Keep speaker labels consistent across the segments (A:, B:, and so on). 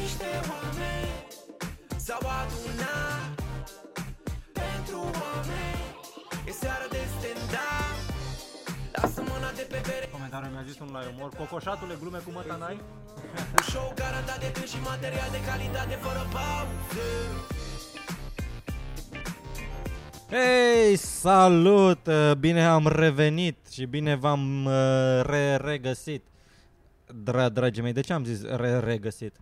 A: Niște oameni s-au adunat Pentru oameni E seara de stand-up Lasă mâna de pe bere
B: Comentariul mi-a zis unul la umor. Cocoșatule, glume cu măta n-ai?
A: Un show garantat de gând și material de calitate fără pauze
C: Hei, salut! Uh, Bine am revenit și bine v-am uh, re- regăsit. Dra- dragii mei, de ce am zis re- regăsit?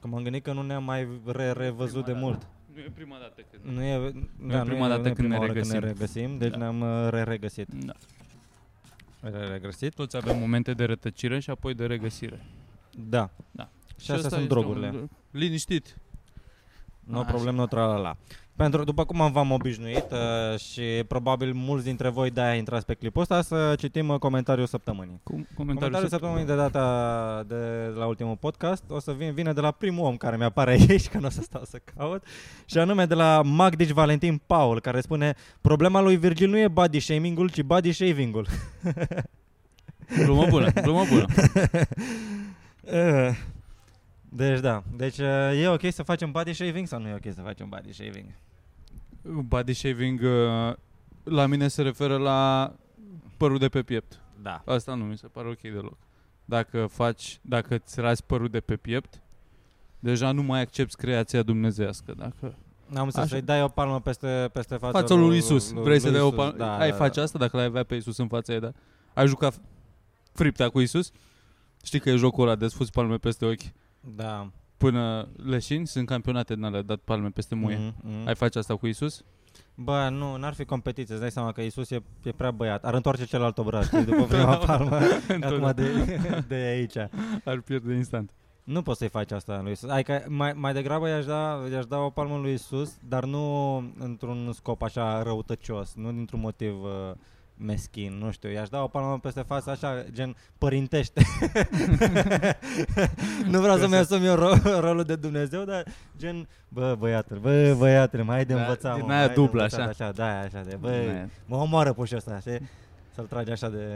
C: Că m-am gândit că nu ne-am mai re- revăzut de mult.
D: Nu e prima dată când...
C: Nu e,
D: e
C: da,
D: prima
C: nu e,
D: dată
C: nu e
D: când ne
C: prima oară când ne
D: regăsim.
C: regăsim, deci
D: Da.
C: ne-am uh, re- regăsit.
D: Da.
C: Re- regăsit?
D: Toți avem momente de rătăcire și apoi de regăsire.
C: Da.
D: Da.
C: Și astea
D: ăsta
C: sunt
D: este
C: drogurile.
D: un- Liniștit.
C: No
D: Așa.
C: problem, no tralala. Pentru după cum v-am obișnuit uh, și probabil mulți dintre voi de-aia intrați pe clipul ăsta, să citim uh, comentariul săptămânii.
D: Com-
C: Comentariul săptămânii de data de la ultimul podcast o să vin, vine de la primul om care mi-apare aici, că nu o să stau să caut, și anume de la Magdici Valentin Paul, care spune Problema lui Virgil nu e body shaming-ul, ci body shaving-ul.
D: Glumă bună, glumă bună.
C: Eh, deci da, deci eh, e ok să facem body shaving sau nu e ok să facem body shaving?
D: Body shaving uh, la mine se referă la părul de pe piept.
C: Da.
D: Asta nu mi se pare ok deloc. Dacă faci, dacă îți razi părul de pe piept, deja nu mai accepti creația dumnezească. Dacă
C: N-am înțeles,
D: Așa.
C: să-i dai o palmă peste, peste fața,
D: fața lui Isus, vrei să dai o
C: Isus,
D: palmă? Da, ai face asta dacă l-ai avea pe Isus în fața ei, da? Ai jucat f- fripta cu Isus? Știi că e jocul ăla de sfus palme peste ochi
C: Da.
D: până leșini? Sunt campionate din alea, dat palme peste muie. Mm-hmm.
C: Mhm, mhm.
D: Ai face asta cu Isus?
C: Bă, nu, n-ar fi competiție, îți dai seama că Isus e, e prea băiat. Ar întoarce celălalt obraj, știi, după prima palmă, acum de, de aici.
D: Ar pierde instant.
C: Nu poți să-i faci asta lui Isus. Adică mai, mai degrabă i-aș da, i-aș da o palmă lui Isus, dar nu într-un scop așa răutăcios, nu dintr-un motiv uh, meschin, nu știu, i-aș da o palmă peste față așa, gen părintește. nu vreau să-mi asum eu ro- rolul de Dumnezeu, dar gen, bă, băiatule, bă, băiatule, mai ai de
D: Da,
C: învățat,
D: din
C: mă,
D: aia
C: mai ai de
D: dublă,
C: învățat,
D: așa.
C: așa, da, aia, așa de, bă,
D: Băi,
C: mă omoară pușul ăsta, știi? Să-l trage așa de,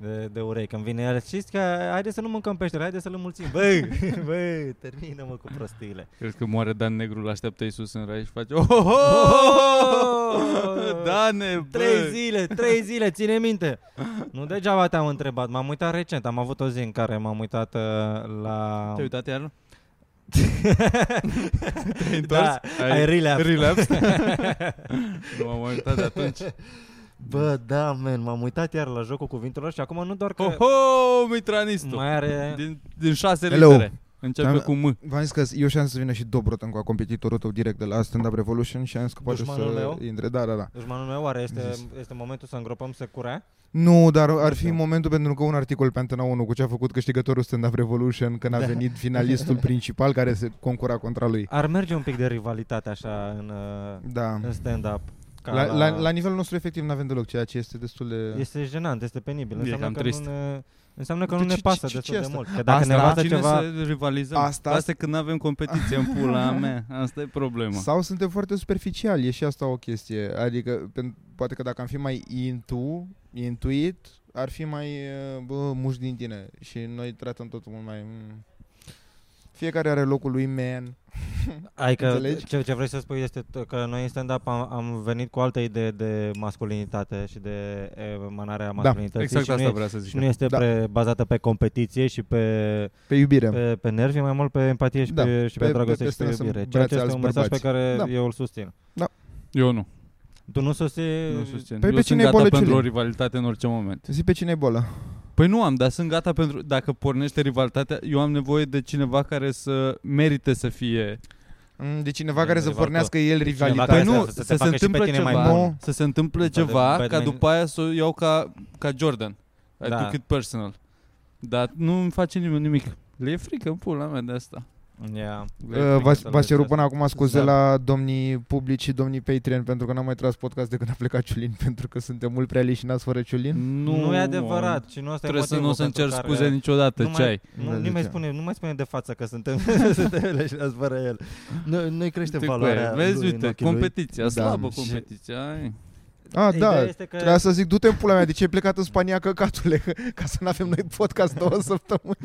C: de, de urei când vine el. Știți că haide să nu mâncăm peștele, haide să-l mulțim. Băi, băi, termină-mă cu prostiile.
D: Cred că moare Dan Negru, îl așteaptă Isus în rai și face oh, oh,
C: Oh!
D: oh! Dane, bă!
C: Trei zile, trei zile, ține minte. Nu degeaba te-am întrebat, m-am uitat recent, am avut o zi în care m-am uitat uh, la...
D: Te-ai uitat iar? Te-ai
C: da, ai relapsed.
D: relapsed? nu m-am mai uitat de atunci.
C: Bă, da, man, m-am uitat iar la jocul cuvintelor și acum nu doar că
D: Ho, ho, mitranistul!
C: mai are...
D: Din, din șase
E: Hello.
D: litere. Începe
E: Am-
D: cu M.
E: V-am zis că eu și-am să vină și Dobrotan cu competitorul tău direct de la Stand Up Revolution și am zis că poate
C: Dușmanul
E: să
C: meu?
E: intre. Da, da, da.
C: Dușmanul meu, oare este, este momentul să îngropăm securea?
E: Nu, dar ar fi momentul pentru că un articol pe Antena 1 cu ce a făcut câștigătorul Stand Up Revolution când a
C: Da.
E: venit finalistul principal care se concura contra lui.
C: Ar merge un pic de rivalitate așa în, uh,
E: Da.
C: în stand-up. Ca
E: La, la, la nivelul nostru efectiv nu avem deloc, ceea ce este destul de...
C: Este jenant, este penibil.
D: E
C: Înseamnă
D: cam
C: că
D: trist.
C: nu ne, înseamnă că
E: Păi
C: nu ne
E: ce-
C: pasă
E: ce- ce-
C: destul
E: ce
C: de
E: asta?
C: mult. Că dacă ne învață
D: cine
C: ceva...
D: să rivalizăm?
E: Asta-
D: Asta e când nu avem competiție în pula mea. Asta e problema.
E: Sau suntem foarte superficiali, e și asta o chestie. Adică, pen- poate că dacă am fi mai intu, intuit, ar fi mai uh, bă, muș din tine. Și noi tratăm totul mult mai... mm. Fiecare are locul lui, man.
C: Adică
E: Înțelegi?
C: ce, ce vrei să spui este t- că noi în stand-up am, am venit cu altă idee de masculinitate și de emanarea masculinității.
D: Exact
C: și nu
D: asta
C: e-
D: vreau să zic.
C: și nu este
E: Da.
C: pre, bazată pe competiție și pe,
E: Pe iubire.
C: pe, pe nervi, mai mult pe empatie și
E: Da,
C: pe, și pe,
E: pe-
C: dragoste
E: pe
C: și pe
E: stânga sunt
C: iubire. Ceea ce
E: brațe
C: este
E: alți
C: un mesaj pe
E: bărbați.
C: care
E: Da.
C: eu îl susțin.
D: Eu nu.
C: Tu nu susții...
D: Nu susțin.
E: Păi
D: Eu
E: pe
D: sunt
E: cine e
D: gata
E: bolăciulii?
D: pentru o rivalitate în orice moment.
E: Zi pe cine e bola.
D: Păi nu am, dar sunt gata pentru... Dacă pornește rivalitatea, eu am nevoie de cineva care să merite să fie...
E: Mm, De cineva
C: E
E: care să
C: rival
E: pornească el
C: cineva
E: rivalitatea.
C: care
D: Păi nu,
C: să- să
D: să,
C: te
D: se
C: facă și pe
D: întâmple
C: tine mai
D: ceva,
E: bun.
D: să se întâmple
C: Batman-
D: ceva, ca
C: Batman-
D: după aia să o iau ca, ca Jordan. I
C: Da.
D: took it personal. Dar nu îmi face nimeni nimic. Le e frică în pula mea de asta.
C: Yeah.
D: Păi
E: Uh, v-ați- V-ați cerut până acum scuze
D: Da.
E: la domnii publici și domnii Patreon pentru că n-am mai tras podcast de când a plecat Ciulin pentru că suntem mult prea leșinați fără
D: Mm.
E: Ciulin.
C: Nu, nu e adevărat și nu asta
D: Trebuie
C: e
D: să nu o să
C: motivul
D: încerci
C: pentru
D: scuze
C: care-
D: niciodată,
C: nu
D: ce
C: mai,
D: ai?
C: nu,
E: Da,
C: nu, mai
E: zicea.
C: spune, nu mai spune de față că suntem, suntem leșinați fără el. Noi, noi crește
D: Uite cu
C: valoarea
D: el, păi, Vezi,
C: lui în
D: uite,
C: ochii lui.
D: competiția,
E: Da.
D: slabă
E: Și-
D: competiția. ai.
E: A,
C: Ideea
E: da,
C: este că
E: Trebuia să zic, du-te în pula mea, de ce ai plecat în Spania căcatule? Ca să nu avem noi podcast două săptămâni.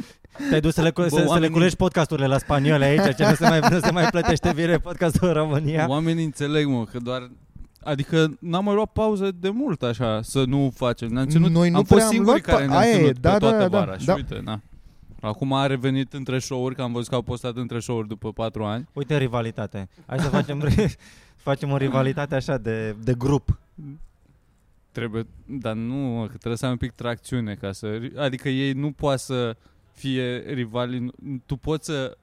C: te-ai dus să le, cu-
D: Bă,
C: să, să le
D: oamenii-
C: culegi podcasturile la spaniole aici, ce nu se mai, nu se mai plătește vire podcastul în România.
D: Oamenii înțeleg, mă, că doar... Adică n-am mai luat pauză de mult așa, să nu facem. Ne-am ținut,
E: Noi nu
D: am
E: prea
D: fost
E: am
D: singuri
E: luat
D: care
E: pa-
D: ne-am
E: aia e,
D: ținut
E: da,
D: pe
E: da,
D: toată
E: da,
D: vara
E: da.
D: și uite, na. Acum a revenit între show-uri, că am văzut că au postat între show-uri după 4 ani.
C: Uite rivalitate. Hai să facem, facem o rivalitate așa de, de
D: Păi
C: grup.
D: Trebuie, dar nu, mă, că trebuie să ai un pic tracțiune ca să... Adică ei nu poate să fie rivali... Tu poți să...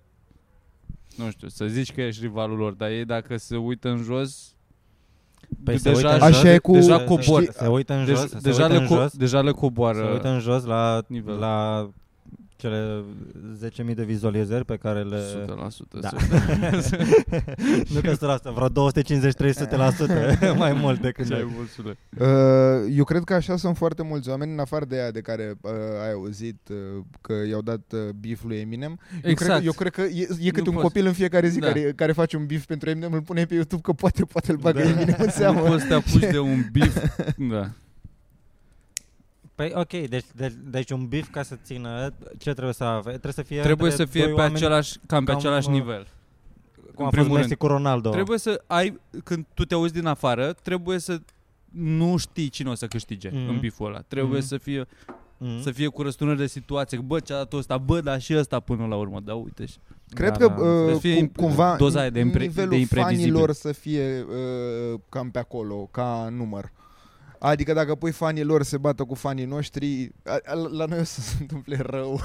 D: Nu știu, să zici că ești rivalul lor, dar ei dacă se uită în jos...
C: Păi
D: de-
C: se uită în
D: deja,
C: jos. Așa
E: e cu-
D: deja
E: știi-
D: cobor.
C: Se uită în jos,
D: Deja,
C: se
D: deja,
C: uită
D: le
C: în
D: co-
C: jos,
D: deja le coboară.
C: se uită în jos la,
D: uh, nivelul.
C: la cele 10.000 de vizualizări pe care le...
D: 100%.
C: Da.
D: Da.
C: nu că sunt asta, vreo 250-300% mai mult decât
D: Ce ai
C: noi.
D: mulțumit.
E: Uh, Eu cred că așa sunt foarte mulți oameni, în afară de aia de care uh, ai auzit uh, că i-au dat uh, beef lui Eminem. Eu cred că-
D: Exact.
E: Eu cred că e, e cât
D: Nu
E: un
D: poți.
E: copil în fiecare zi
D: Da.
E: care, care face un beef pentru Eminem, îl pune pe YouTube că poate, poate îl bagă
C: Da.
E: Eminem în
D: nu
E: seamă.
D: poți să te apuci de un bif. da.
C: Păi ok, deci, deci, deci un bif ca să țină, ce trebuie să avea? Trebuie să fie
D: Trebuie
C: între
D: să fie
C: doi
D: pe
C: oameni,
D: același, cam pe
C: cam,
D: același
C: uh,
D: nivel.
C: cum
D: în
C: a
D: primul
C: fost da. Messi
D: rând.
C: cu Ronaldo.
D: Trebuie să ai, când tu te auzi din afară, trebuie să nu știi cine o să câștige
C: Mhm.
D: în biful ăla. Trebuie
C: Mhm.
D: să fie
C: Mm.
D: să fie cu răsturnări de situație. Bă, ce-a dat ăsta? Bă, dar și ăsta până la urmă. Da, uite și.
E: Cred
C: Da,
E: că
C: da, am
E: uh,
D: înțeles. Fie
E: cum,
D: imp-
E: cumva
D: doza aia de impre-
E: nivelul
D: de imprevizibil.
E: fanilor să fie uh, cam pe acolo, ca număr. Adică dacă pui fanii lor se bată cu fanii noștri, a, a, la noi o să se întâmple rău.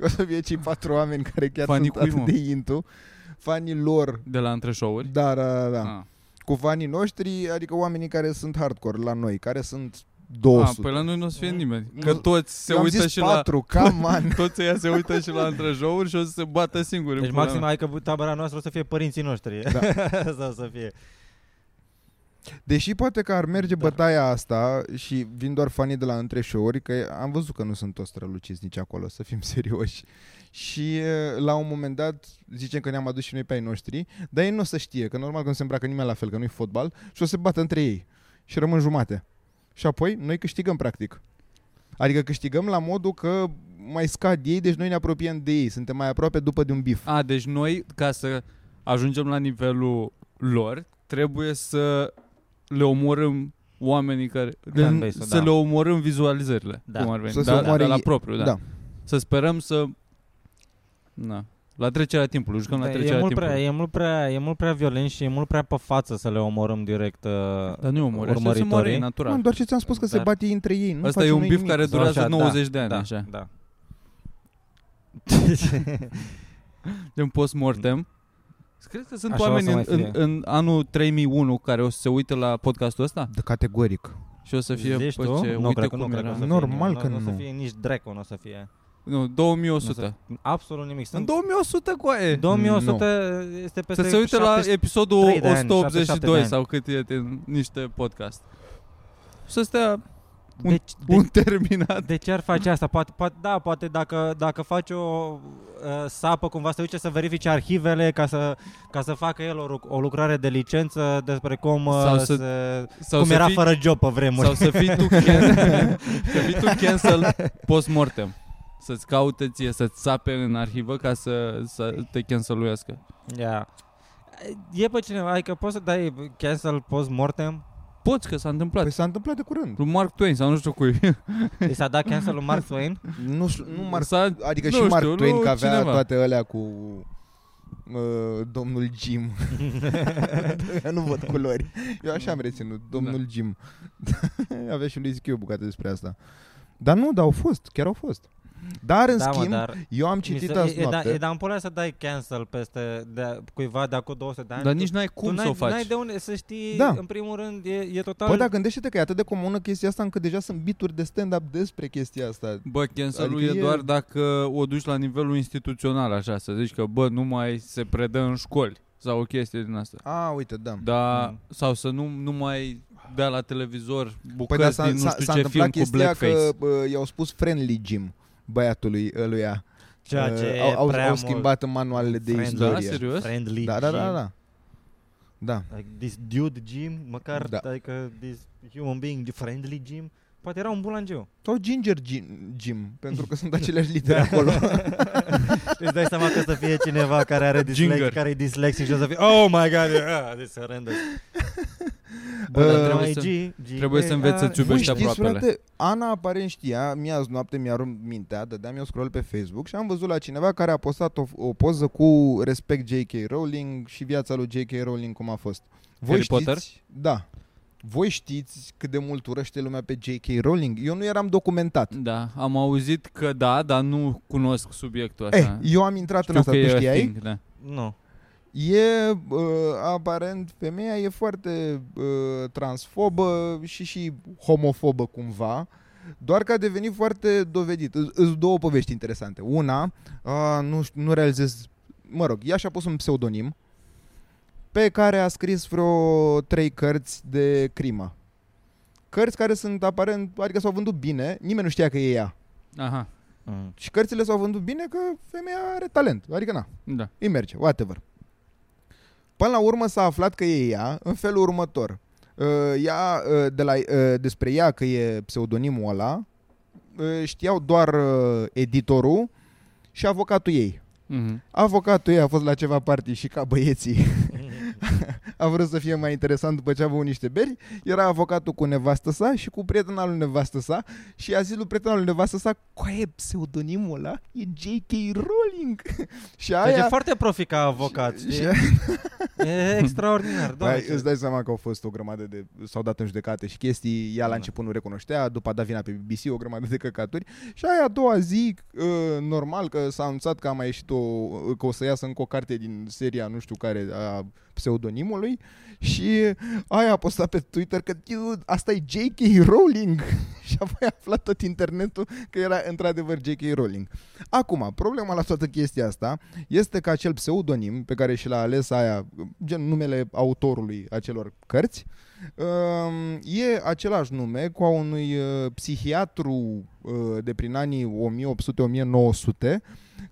E: o să fie cei patru oameni care chiar
D: Fanii
E: sunt
D: cui,
E: atât
D: mă?
E: de intu. Fanii lor,
D: De la între show-uri.
E: da, da, da, da.
D: Ah.
E: Cu fanii noștri, adică oamenii care sunt hardcore la noi, care sunt
D: Ah,
E: 200.
D: păi la noi nu o să fie
E: Mhm.
D: nimeni.
E: Nu-
D: Că toți se
E: Eu am
D: uită
E: zis
D: și la...
E: patru, la... come on.
D: Toți ăia se uită și la între show-uri și o să se bată singuri. în
C: Deci
D: pula
C: maxim,
D: mea.
C: hai că tabăra noastră o să fie părinții noștri.
E: Da.
C: Sau să fie.
E: Deși poate că ar merge bătaia asta și vin doar fanii de la între show-uri, că am văzut că nu sunt toți străluciți nici acolo, să fim serioși. Și eh, la un moment dat zicem că ne-am adus și noi pe ai noștri, dar ei nu o să știe, că normal că nu se îmbracă nimeni la fel, că nu-i fotbal, și o să se bată între ei și rămân jumate. Și apoi noi câștigăm practic. Adică câștigăm la modul că mai scad ei, deci noi ne apropiem de ei, suntem mai aproape după de un bif.
D: A, deci noi, ca să ajungem la nivelul lor, trebuie să le omorâm oamenii care... De,
C: Fanbase-ul,
D: să
C: da.
D: le omorâm vizualizările.
C: Da.
D: Cum ar veni.
E: Să se
D: da, da,
E: omoare
D: da, la
E: ei.
D: propriu, da. da. Să sperăm să... Na. La trecerea timpului, jucăm la
C: Da,
D: trecerea
C: e, mult
D: timpului.
C: prea, e, mult prea, e mult prea violent și e mult prea pe față să le omorâm direct. Uh,
D: Dar nu e omor, așa se
C: urmăritorii.
D: moare, e
E: Nu,
D: natural.
E: doar ce ți-am spus că se
D: Dar-
E: bat ei între ei. Nu
D: Asta e
E: facem
D: un
E: noi
D: bif
E: nimic.
D: care durează
C: Așa, da,
D: 90 de ani,
C: da, Deci-
D: așa.
C: Da.
D: În post-mortem. Cred că sunt
C: Așa o
D: oameni
C: să
D: în,
C: mai
D: în,
C: fie.
D: în, anul 3001 care o să se uite la podcastul ăsta
E: De Da, categoric.
D: și o să fie...
C: Zici
D: bă,
C: tu?
D: ce,
C: nu
D: uite
C: cred că nu
D: cum
C: cred că
D: era.
C: o să fie
E: Normal
C: nimeni.
E: că
C: nu. o
E: nu.
C: să fie nici Draco, nu o să fie.
D: Nu, 2100.
C: Absolut nimic.
D: În
C: Sunt
D: 2100 cu aia.
C: 2100 este
D: Să
C: peste
D: se uite la
C: 70
D: episodul
C: 73 de ani, 77 de
D: 182
C: ani.
D: sau cât e din niște podcast. Să stea
C: Deci, de,
D: un terminat.
C: de ce ar face asta? Poate, poate, da, poate dacă, dacă faci o uh, sapă, cumva să duce să verifice arhivele ca să, ca să facă el o, ruc- o lucrare de licență despre cum, uh,
D: Sau să-
C: să, se,
D: Sau
C: cum
D: să
C: era
D: fii,
C: fără job pe vremuri.
D: Sau să fii tu, can- să fii tu cancel post-mortem. Să-ți caute ție, să-ți sape în arhivă ca să, să te canceluiască.
C: Yeah. E pe cineva, adică poți să dai cancel post-mortem?
D: Poți că s-a întâmplat.
E: Păi s-a întâmplat de curând.
D: Lui Mark Twain sau nu știu cui.
C: I s-a dat cancel lui Mark Twain?
E: Nu, ș- nu Mark,
D: S-a-
E: adică
D: nu
E: și Mark
D: știu,
E: Twain
D: lui
E: că avea
D: cineva.
E: toate alea cu uh, domnul Jim. Eu nu văd culori. Eu așa am reținut, domnul da. Jim. avea și lui zic eu bucată despre asta. Dar nu, dar au fost, chiar au fost. Dar în
C: da,
E: da, schimb,
C: mă,
E: dar
C: dar...
E: eu am
C: mi
E: citit
C: se-
E: azi
C: e, e, da,
E: noapte.
C: e, dar în pula să dai cancel peste de, cuiva de acum 200 de ani.
D: Dar
C: Tu-
D: nici n-ai
C: tu
D: cum
C: n-ai-
D: să o
C: N-ai
D: faci. Păi
C: de unde să știi,
E: Da.
C: da. în primul rând, e, e total...
E: Bă, Păi, dar gândește-te că e atât de comună chestia asta încât deja sunt bituri de stand-up despre chestia asta.
D: Bă, cancelul
E: Adică
D: e
E: e-
D: doar dacă o duci la nivelul instituțional, așa, să zici că, bă, nu mai se predă în școli sau o chestie din asta.
E: A, uite, da.
D: Da,
C: Mm.
D: sau să nu, nu mai dea la televizor
E: Păi
D: bucăți
E: da,
D: din
E: s-a,
D: nu
E: s-a,
D: știu
E: s-a
D: ce film
E: întâmplat
D: cu
E: chestia
D: blackface.
E: că bă, i-au spus friendly Jim băiatului ăluia.
C: Ceea Da, ce
E: Uh,
C: e
E: au, au,
C: prea
E: au
C: mult.
E: schimbat în manualele de
C: Friendly.
E: istorie.
D: Da, serios?
C: Friendly
E: Da, da, da,
C: Jim.
E: da. Da.
C: Like this dude gym, măcar
E: Da.
C: da. like this human being friendly gym, poate era un bulangeu.
E: Sau Ginger Jim, Jim pentru că sunt aceleași litere
C: Da.
E: acolo.
C: Îți dai seama că să fie cineva care are
D: Ginger.
C: dislex, care e dislexic și o să fie Oh my god, yeah, this is horrendous.
D: Bă, Păi, dar trebuie
C: My
D: să-
C: G, G,
D: trebuie să
C: A,
D: înveți să-ți
E: Nu
D: iubești
E: știți,
D: aproapele.
E: frate, Ana aparent știa, mi azi noapte mi-a rupt mintea, dădeam eu scroll pe Facebook și am văzut la cineva care a postat o, o poză cu respect J.K. Rowling și viața lui J.K. Rowling cum a fost. Voi
D: Harry
E: știți,
D: Potter?
E: Da. Voi știți cât de mult urăște lumea pe J.K. Rowling? Eu nu eram documentat.
D: Da, am auzit că da, dar nu cunosc subiectul
E: Eh,
D: așa.
E: eu am intrat în
D: Știu
E: asta,
D: că
E: tu
D: e a
E: știai?
D: thing, da.
C: Nu.
E: E, uh, aparent, femeia e foarte uh, transfobă și și homofobă cumva, doar că a devenit foarte dovedit. Î- Îs două povești interesante. Una, uh, nu, știu, nu realizez, mă rog, ea și-a pus un pseudonim pe care a scris vreo trei cărți de crimă. Cărți care sunt aparent, adică s-au vândut bine, nimeni nu știa că e ea.
D: Aha,
C: Mm.
E: Și cărțile s-au vândut bine că femeia are talent, adică na.
D: da.
E: Îi merge, whatever. Până la urmă s-a aflat că e ea în felul următor. Uh, Ea, uh, de la, uh, despre ea că e pseudonimul ăla, uh, știau doar uh, editorul și avocatul ei.
D: Mhm.
E: Avocatul ei a fost la ceva party și ca băieții a vrut să fie mai interesant după ce a avut niște beri. Era avocatul cu nevastă sa și cu prietena lui nevastă sa și a zis lui prietena lui nevastă sa, coaie, pseudonimul ăla e J.K. Rowling. și
C: Deci e
E: aia...
C: foarte profi ca avocat,
E: și-
C: știi? E extraordinar, doamne.
E: Păi, îți dai seama că au fost o grămadă de... s-au dat în judecate și chestii, ea la
C: Da.
E: început nu recunoștea, după a dat vina pe BBC, o grămadă de căcaturi și aia a doua zi, uh, normal că s-a anunțat că a mai ieșit o... că o să iasă încă o carte din seria nu știu care a pseudonimului și aia a postat pe Twitter că "Dude, asta e J.K. Rowling și apoi a aflat tot internetul că era într-adevăr J.K. Rowling. Acum, problema la toată chestia asta este că acel pseudonim pe care și l-a ales aia, gen numele autorului acelor cărți, um, e același nume cu a unui uh, psihiatru uh, de prin anii 1800-1900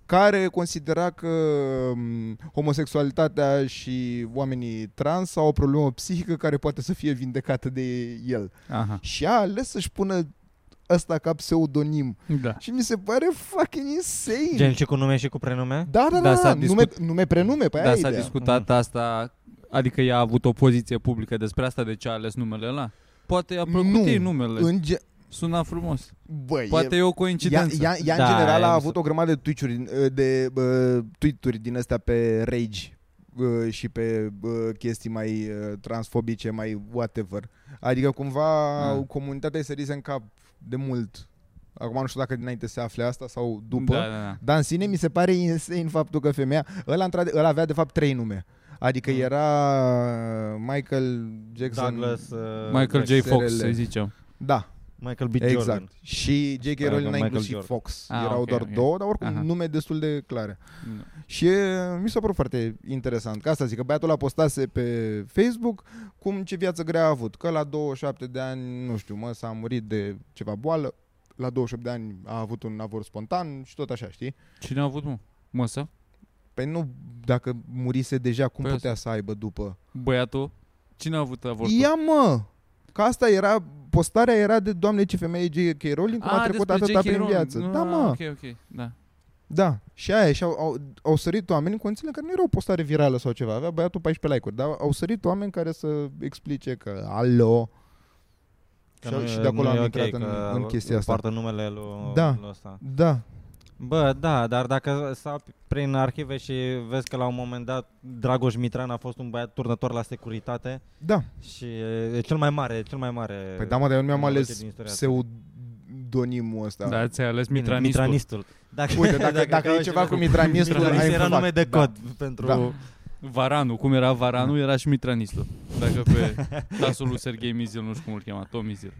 E: care considera că um, homosexualitatea și oamenii trans au o problemă psihică care poate să fie vindecată de el.
D: Aha,
E: Și a ales să-și pună ăsta ca pseudonim.
D: da.
E: Și mi se pare fucking insane.
C: Gen și cu nume și cu prenume?
E: Da, da,
D: Da,
E: da,
D: s-a
E: da nume, nume prenume, pe aia
D: Dar
E: e
D: da, s-a
E: ideea.
D: discutat asta, adică ea a avut o poziție publică despre asta, de ce a ales numele ăla? Poate i-a plăcut
E: Nu,
D: ei numele,
E: În ge-
D: suna frumos.
E: Băi,
D: Poate e, o
E: ea,
D: coincidență.
E: ea, ea
C: Da,
E: în general
C: aia
E: a
C: mi
E: avut
C: se-
E: o grămadă de tweet-uri, din- de, uh, tweet-uri din astea pe rage uh, și pe uh, chestii mai uh, transfobice, mai whatever. Adică cumva
D: Ah.
E: comunitatea îi sărise în cap de mult. Acum nu știu dacă dinainte se afle asta sau după.
D: Da, da, da.
E: Dar în sine mi se pare insane faptul că femeia, ăla, între, ăla avea de fapt trei nume. Adică
C: Mm.
E: era uh, Michael Jackson.
C: Douglas, uh,
D: Michael J.
C: Jackson.
D: Fox,
E: SRL.
D: să zicem.
E: Da,
C: Michael B.
E: exact.
C: Jordan.
E: Și J.K.
C: Era
E: Rowling n-a
C: Michael
E: inclus și
C: Jordan.
E: Fox.
D: Ah,
E: Erau
D: ok,
E: doar
D: ok.
E: două, dar oricum
D: Aha.
E: nume destul de clare.
D: Nu.
E: Și e, mi s-a părut foarte interesant. Ca asta zic, că băiatul a postase pe Facebook cum ce viață grea a avut. Că la 27 de ani, nu știu, mă, s-a murit de ceva boală. La 28 de ani a avut un avort spontan și tot așa, știi?
D: Cine a avut, mă? Măsă?
E: Păi nu, dacă murise deja, cum
D: Păi
E: putea să aibă după?
D: Băiatul? Cine a avut avortul?
E: Ia mă! Că asta era, postarea era de doamne ce femeie J.K. Rowling, cum a, trecut
D: despre
E: atâta
D: J.K.
E: prin
D: Rowling.
E: viață.
D: Nu,
E: da,
D: a,
E: mă!
D: Ok, ok, da.
E: Da, și aia, și au, au, au sărit oameni în condițiile în care nu era o postare virală sau ceva, avea băiatul 14 like-uri, dar au sărit oameni care să explice că, alo,
C: Că
E: Și-
C: nu e-
E: și de acolo
C: uh, nu e
E: am
C: ok
E: intrat în-
C: că
E: în chestia asta.
C: poartă numele lui,
E: Da.
C: lui ăsta.
E: da,
C: Bă, da, dar dacă sapi prin arhive și vezi că la un moment dat Dragoș Mitran a fost un băiat turnător la securitate
E: da.
C: și e cel mai mare, cel mai mare
E: Păi da, mă, dar eu nu mi-am
C: În
E: ales
C: orice din istoria asta.
E: pseudonimul ăsta.
D: Da, ți-ai ales
C: mitranistul.
D: mitranistul.
C: Dacă,
E: Uite, dacă, dacă, e
C: auzi
E: ceva cu
C: ceva
E: mitranistul,
C: Mitranist
E: ai
C: era
E: fac.
C: nume de
E: Da.
C: cod da. pentru...
E: Da.
C: Da.
D: Varanu, cum era Varanu, era și mitranistul. Dacă pe tasul lui Serghei Mizil, nu știu cum îl chema, Tom Mizil.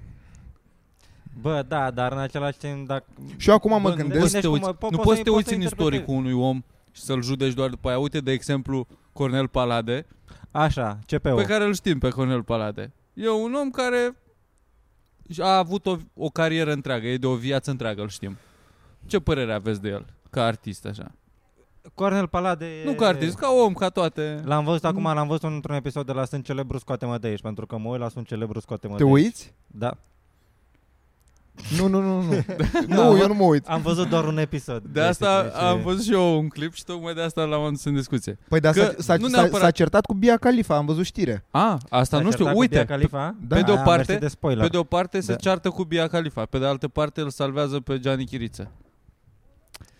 C: Bă, da, dar în același timp, dacă...
E: Și eu acum mă
C: Bă,
E: gândesc,
D: poți să te
C: cum-
D: uiți,
C: po-
D: nu
C: poți
D: poți
C: să-
D: să te
C: poți
D: uiți
C: să
D: în
C: interpretezi.
D: istoricul unui om și să-l judeci doar după aia. Uite, de exemplu, Cornel Palade,
C: Așa, CP-ul.
E: Păi,
D: pe care îl știm pe Cornel Palade. E un om care a avut o, o carieră întreagă, e de o viață întreagă, îl știm. Ce părere aveți de el, ca artist, așa?
C: Cornel Palade e...
D: Nu ca artist, ca om, ca toate.
C: L-am văzut acum, l-am văzut într-un episod de la Sunt Celebru Scoate-mă de aici, pentru că mă uit la Sunt Celebru Scoate-mă
E: Te
C: de aici.
E: uiți?
C: Da.
E: Nu, nu, nu, nu.
C: Da,
E: nu, eu nu mă uit.
C: Am văzut doar un episod.
D: De asta
C: deci,
D: am văzut și eu un clip și tocmai de asta l-am adus în discuție.
E: Păi dar
D: Că
E: s-a, s-a,
D: nu
E: s-a,
D: neapărat-
E: s-a certat cu Bia Khalifa, am văzut știre.
D: A, asta
C: S-a
D: nu
C: certat
D: știu,
C: cu
D: uite,
C: Bia Khalifa?
E: Da.
D: pe de o
C: Ah, am
D: parte-
C: mersi de spoiler.
D: pe de o parte se
C: Da.
D: ceartă cu Bia Khalifa, pe de altă parte îl salvează pe Gianni Chiriță.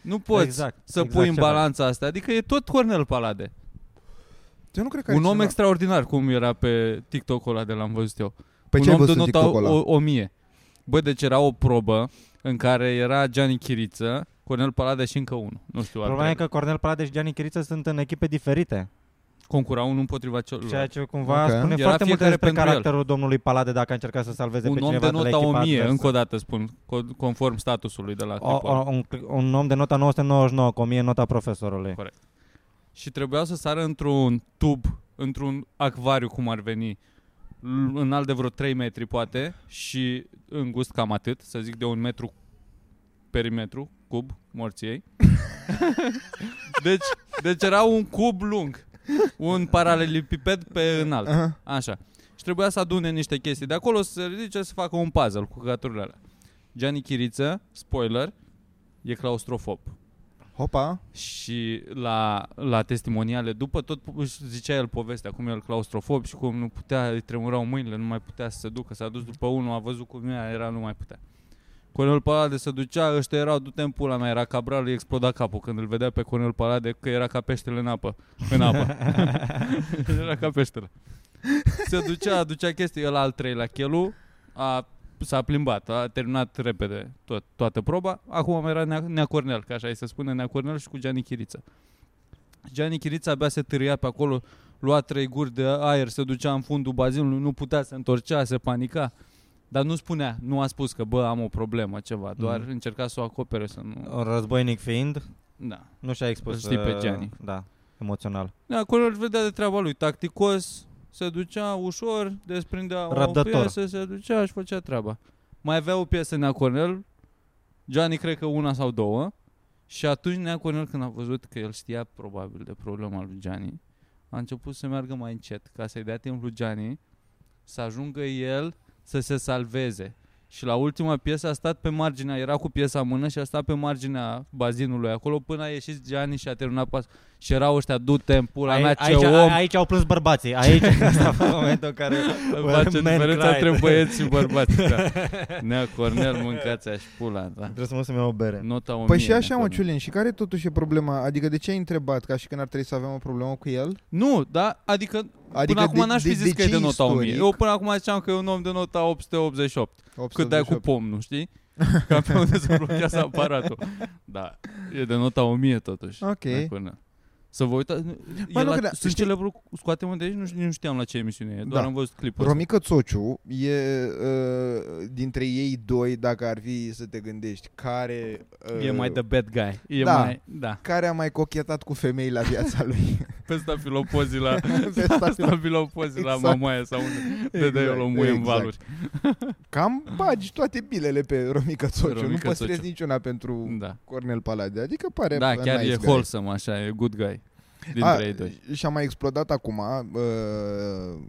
D: Nu poți
C: Exact,
D: să
C: exact
D: pui în
C: ce
D: balanța asta, adică e tot Cornel Palade.
E: Eu nu cred că
D: Care
E: are
D: un om
E: cineva-
D: extraordinar, cum era pe TikTok-ul ăla de l-am văzut eu.
E: Păi
D: un
E: ce ai
D: om de
E: văzut în
D: nota
E: TikTok-ul ăla?
D: o, o mie. Bă, deci era o probă în care era Gianni Chiriță, Cornel Palade și încă unul. Nu știu,
C: Problema e
D: al
C: că Cornel Palade și Gianni Chiriță sunt în echipe diferite,
D: concura unul împotriva
C: ceea
D: celuilalt.
C: ce cumva
E: Ok.
C: okay. spune
D: Era
C: foarte multe
D: fiecare
C: despre
D: pentru el.
C: caracterul domnului Palade dacă a încercat să salveze
D: Un
C: pe
D: om
C: cineva
D: de
C: de
D: nota
C: la echipa
D: 1000,
C: adversă.
D: încă o dată spun, co- conform statusului de la
C: o,
D: clipul ăla.
C: o, un, un om de nota 999, cu 1000 nota profesorului.
D: și trebuiau să sară într-un tub, într-un acvariu, cum ar veni, l- înalt de vreo 3 metri, poate, și îngust cam atât, să zic de un metru perimetru, cub, morții ei. deci, deci era un cub lung, un paralelipiped pe înalt.
E: Aha.
D: Așa. Și trebuia să adune niște chestii de acolo, să se ridice, să facă un puzzle cu căcaturile alea. Gianni Chiriță, spoiler, e claustrofob.
E: Hopa.
D: Și la, la testimoniale după tot po- își zicea el povestea cum el claustrofob și cum nu putea, îi tremurau mâinile, nu mai putea să se ducă, s-a dus după unul, a văzut cum ea era, nu mai putea. Cornel Palade se ducea, ăștia erau, du-te în pula mea, era cabral, îi exploda capul când îl vedea pe Cornel Palade că era ca peștele în apă. În apă. era ca peștele. Se ducea, aducea chestii, ăla al treilea chelu, a, s-a plimbat, a terminat repede tot, toată proba. Acum mai era Nea, Nea Cornel, ca așa îi se spune, Nea Cornel și cu Gianni Chiriță. Gianni Chiriță abia se târia pe acolo, lua trei guri de aer, se ducea în fundul bazinului, nu putea, se întorcea, se panica. Dar nu spunea, nu a spus că, bă, am o problemă, ceva, doar
C: Mhm.
D: încerca să o acopere, să nu...
C: Un Războinic fiind,
D: Da.
C: nu și-a expus...
D: Îl știi pe
C: uh,
D: Gianni.
C: Da, emoțional.
D: Da, acolo îl vedea de treaba lui, tacticos, se ducea ușor, desprindea
C: Răbdător.
D: o piesă, se ducea și făcea treaba. Mai avea o piesă Nea Cornel, Gianni cred că una sau două, și atunci Nea Cornel când a văzut că el știa probabil de problema lui Gianni, a început să meargă mai încet, ca să-i dea timp lui Gianni să ajungă el să se salveze. Și la ultima piesă a stat pe marginea, era cu piesa în mână și a stat pe marginea bazinului acolo până a ieșit Gianni și a terminat pas. Și erau ăștia, du-te în pula mea, ce
C: aici,
D: om,
C: aici au plâns bărbații. Aici asta a fost momentul în care...
D: face
C: Man
D: diferența
C: cried.
D: între băieți și bărbati. Da. Nea Cornel, mâncați și pula, da.
C: Trebuie să mă să-mi iau o bere.
D: Nota 1000.
E: Păi și
D: Nea
E: așa, mă,
D: Cornel.
E: Ciulin, și care totuși e problema? Adică de ce ai întrebat? Ca și când ar trebui să avem o problemă cu el?
D: Nu, da, adică, adică
E: Adică
D: până acum
E: de-
D: n-aș fi
E: de-
D: zis
E: de
D: că e
E: ce
D: de nota 1000.
E: istoric?
D: Eu până acum ziceam că e un om de nota 888. Cât dai cu
E: 888.
D: pomnul, știi? Ca pe unde se blochează aparatul. Da, e de nota 1000 totuși.
E: Ok.
D: Nea Cornel. Să vă uitați.
E: Bă,
D: el
E: nu
D: a-
E: credea-
D: Sunt
E: știi-
D: celebru, scoate-mă de aici, nu, știu- nu știam la ce emisiune e, doar
E: Da.
D: am văzut clipul ăsta.
E: Romică Țociu e uh, dintre ei doi, dacă ar fi să te gândești, care... Uh,
D: E mai the bad guy. E
E: da.
D: mai, da.
E: care a mai cochetat cu femei la viața lui.
D: Pe stafilopozii la,
E: Pe stafilo-
D: da. stafilopozii la
E: Exact.
D: mamaia sau unde te dai eu
E: Exact,
D: lomuie în
E: exact.
D: valuri.
E: Cam bagi toate bilele pe Romica Țociu, nu
D: Romica
E: păstrezi
D: Țociu.
E: niciuna pentru
D: Da.
E: Cornel Palade. Adică pare
D: Da,
E: a
D: chiar
E: nice
D: e
E: guy.
D: wholesome, așa, e good guy. Dintre
E: A,
D: ei doi.
E: Și a mai explodat acum, uh,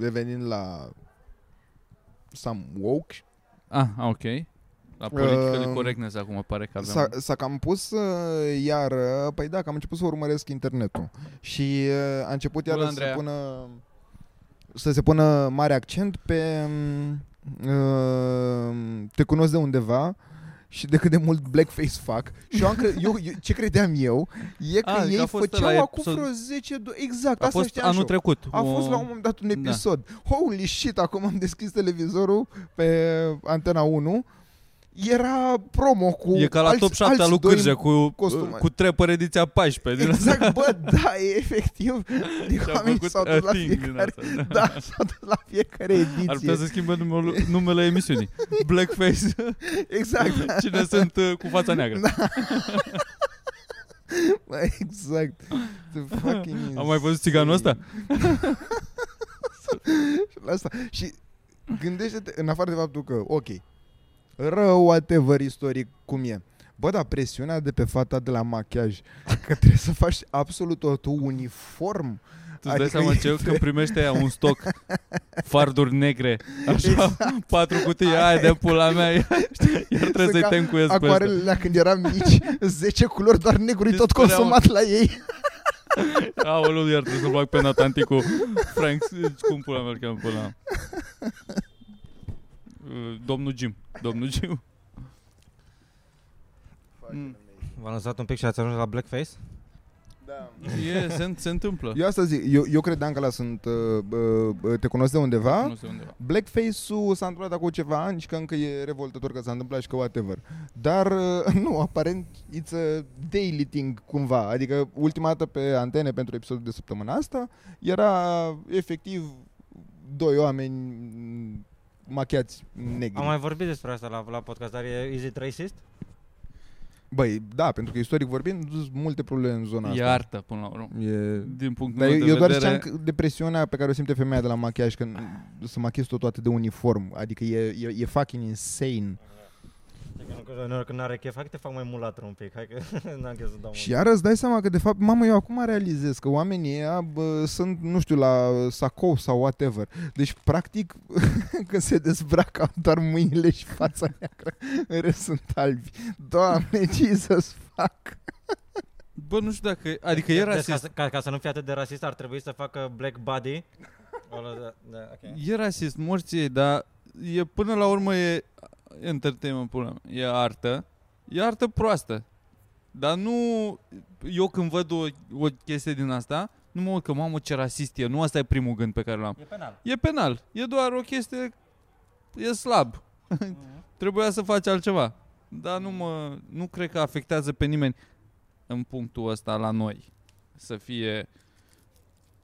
E: revenind la Sam Woke,
D: Ah, ok. La politică
E: Um,
D: uh, correctness acum pare că
E: S-a,
D: avem.
E: s-a cam pus uh, iar, păi da, că am început să urmăresc internetul și uh, a început iar
D: Bună,
E: să se
D: Andreea.
E: pună să se pună mare accent pe um, uh, te cunosc de undeva și de cât de mult blackface fac. Și eu, am cre- eu, eu ce credeam eu e că
D: A, adică
E: ei
D: a fost
E: făceau
D: ăla
E: acum
D: episod-
E: vreo 10 do- exact,
D: A
E: asta
D: fost
E: știam și
D: anul
E: eu.
D: trecut.
E: A
D: o-
E: fost la un moment dat un
D: da.
E: episod. Holy shit, acum am deschis televizorul pe Antena 1. Era promo cu
D: E ca la
E: alți,
D: top 7 al
E: alți
D: lui
E: doi-
D: Cârje cu,
E: costume.
D: cu trepăr ediția 14. din asta.
E: Exact, bă, da, e efectiv. Adică
D: Și-a
E: oamenii
D: făcut
E: s-au
D: a
E: dus la
D: thing din
E: fiecare...
D: asta, da.
E: Da, s-au dus la fiecare
D: Ar putea
E: ediție.
D: să schimbe numele, numele emisiunii. Blackface.
E: Exact,
D: Cine sunt uh, cu fața neagră.
E: Da. bă, exact. The fucking
D: Am mai văzut țiganul ăsta?
E: La asta. Și gândește-te, în afară de faptul că, ok, rău, whatever, istoric, cum e. Bă, dar presiunea de pe fata de la machiaj, că trebuie să faci absolut totul uniform.
D: Tu îți dai
E: Adică
D: seama
E: e-
D: ce când primește aia un stoc farduri negre, așa, patru cutii, aia de pula mea, iar trebuie
E: Exact. Sunt
D: să-i
E: ca
D: tem cu el pe ăsta.
E: Acoarelele, când eram mici, 10 culori, doar negru, e
D: Îți
E: tot
D: spuneam-
E: consumat la ei.
D: Aoleu, iar trebuie să fac pe Natanticu. Frank, cum pula mea, că pula mea. Uh, Domnul Jim, domnul Jim. Mm.
C: V-am lansat un pic și ați ajuns la blackface?
D: E, se, se întâmplă.
E: Eu asta zic, eu, eu credeam că la sunt, uh, uh, uh, te cunosc de undeva,
D: Nu știu undeva.
E: Blackface-ul s-a întâmplat acum ceva ani și că încă e revoltător că s-a întâmplat și că whatever. Dar, uh, nu, aparent, it's a daily thing cumva. Adică, ultima dată pe antene pentru episodul de săptămâna asta, era efectiv doi oameni m, machiați negri.
C: Am mai vorbit despre asta la, la podcast, dar e is it racist?
E: Băi, da, pentru că istoric vorbind, sunt multe probleme în zona
D: E artă, până la urmă.
E: asta. E...
D: Din punctul
E: Dar
D: meu
E: eu,
D: de
E: eu doar
D: vedere...
E: ziceam că depresiunea pe care o simte femeia de la machiaj, că n- să machiezi totul atât de uniform, adică e, e, e fucking insane.
C: Când n-are chef, hai că te fac mai mulatră un pic, hai că n-am chef să dau
E: Și iar îți dai seama că de fapt, mamă, eu acum realizez că oamenii ăia bă, sunt, nu știu, la sacou sau whatever. Deci, practic, când se dezbracă au doar mâinile și fața neagră, în rest sunt albi. Doamne, ce să-ți fac?
D: Bă, nu știu dacă... Adică e
C: Deci, Ca,
D: rasist.
C: să- ca, ca, să nu fie atât de rasist, ar trebui să facă black body. Ăla, da, da, ok.
D: E rasist, morții ei, dar e, până la urmă e entertainment, până la urmă. E artă. E artă proastă. Dar nu... Eu când văd o, o chestie din asta, nu mă uit că, mamă, ce rasist e. Nu asta e primul gând pe care l-am.
C: E penal.
D: E penal. E doar o chestie... E slab.
C: Mhm.
D: Trebuia să faci altceva. Dar nu, mă, nu cred că afectează pe nimeni în punctul ăsta la noi. Să fie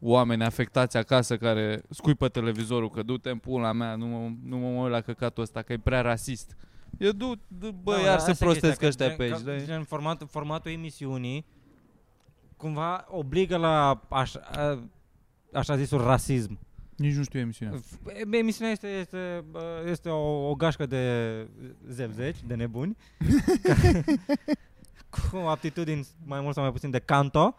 D: oameni afectați acasă care scuipă televizorul că du-te în pula mea, nu mă, nu mă uit la căcatul ăsta că e prea rasist. E du, du bă,
C: Da,
D: da,
C: mă,
D: iar
C: dar asta e
D: se
C: chestia,
D: prostesc
C: că
D: ăștia
C: gen-
D: pe aici.
C: ca-
D: da?
C: Gen format, formatul emisiunii cumva obligă la așa, a- așa zisul rasism.
D: Nici nu știu emisiunea.
C: F- Emisiunea este, este, bă, este o, o gașcă de zevzeci, de nebuni, care- cu aptitudini mai mult sau mai puțin de canto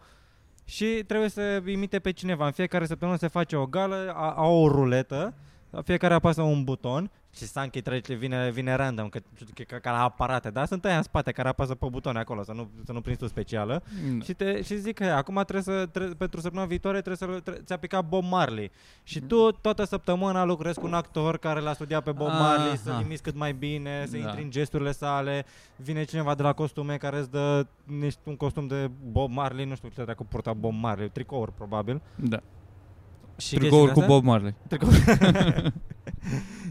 C: și trebuie să imite pe cineva. În fiecare săptămână se face o gală, a- au o ruletă, fiecare apasă un buton și Sanchi trece, vine, vine random, că, că, că, ca la aparate, dar sunt aia în spate care apasă pe butoane acolo, să nu, să nu prinzi tu specială.
D: Da.
C: Și, te, și zic că acum trebuie să, tre- pentru săptămâna viitoare trebuie să tre- ți-a picat Bob Marley.
D: Mm.
C: Și tu toată săptămâna lucrezi cu un actor care l-a studiat pe Bob
D: Aha.
C: Marley, să-l imiți cât mai bine, să
D: Ah, Da.
C: intri în gesturile sale. Vine cineva de la costume care îți dă niște, un costum de Bob Marley, nu știu ce dacă purta Bob Marley, tricouri probabil.
D: da.
C: Și
D: Tricouri cu
C: chestiile
D: Bob Marley.
C: astea- Tricouri.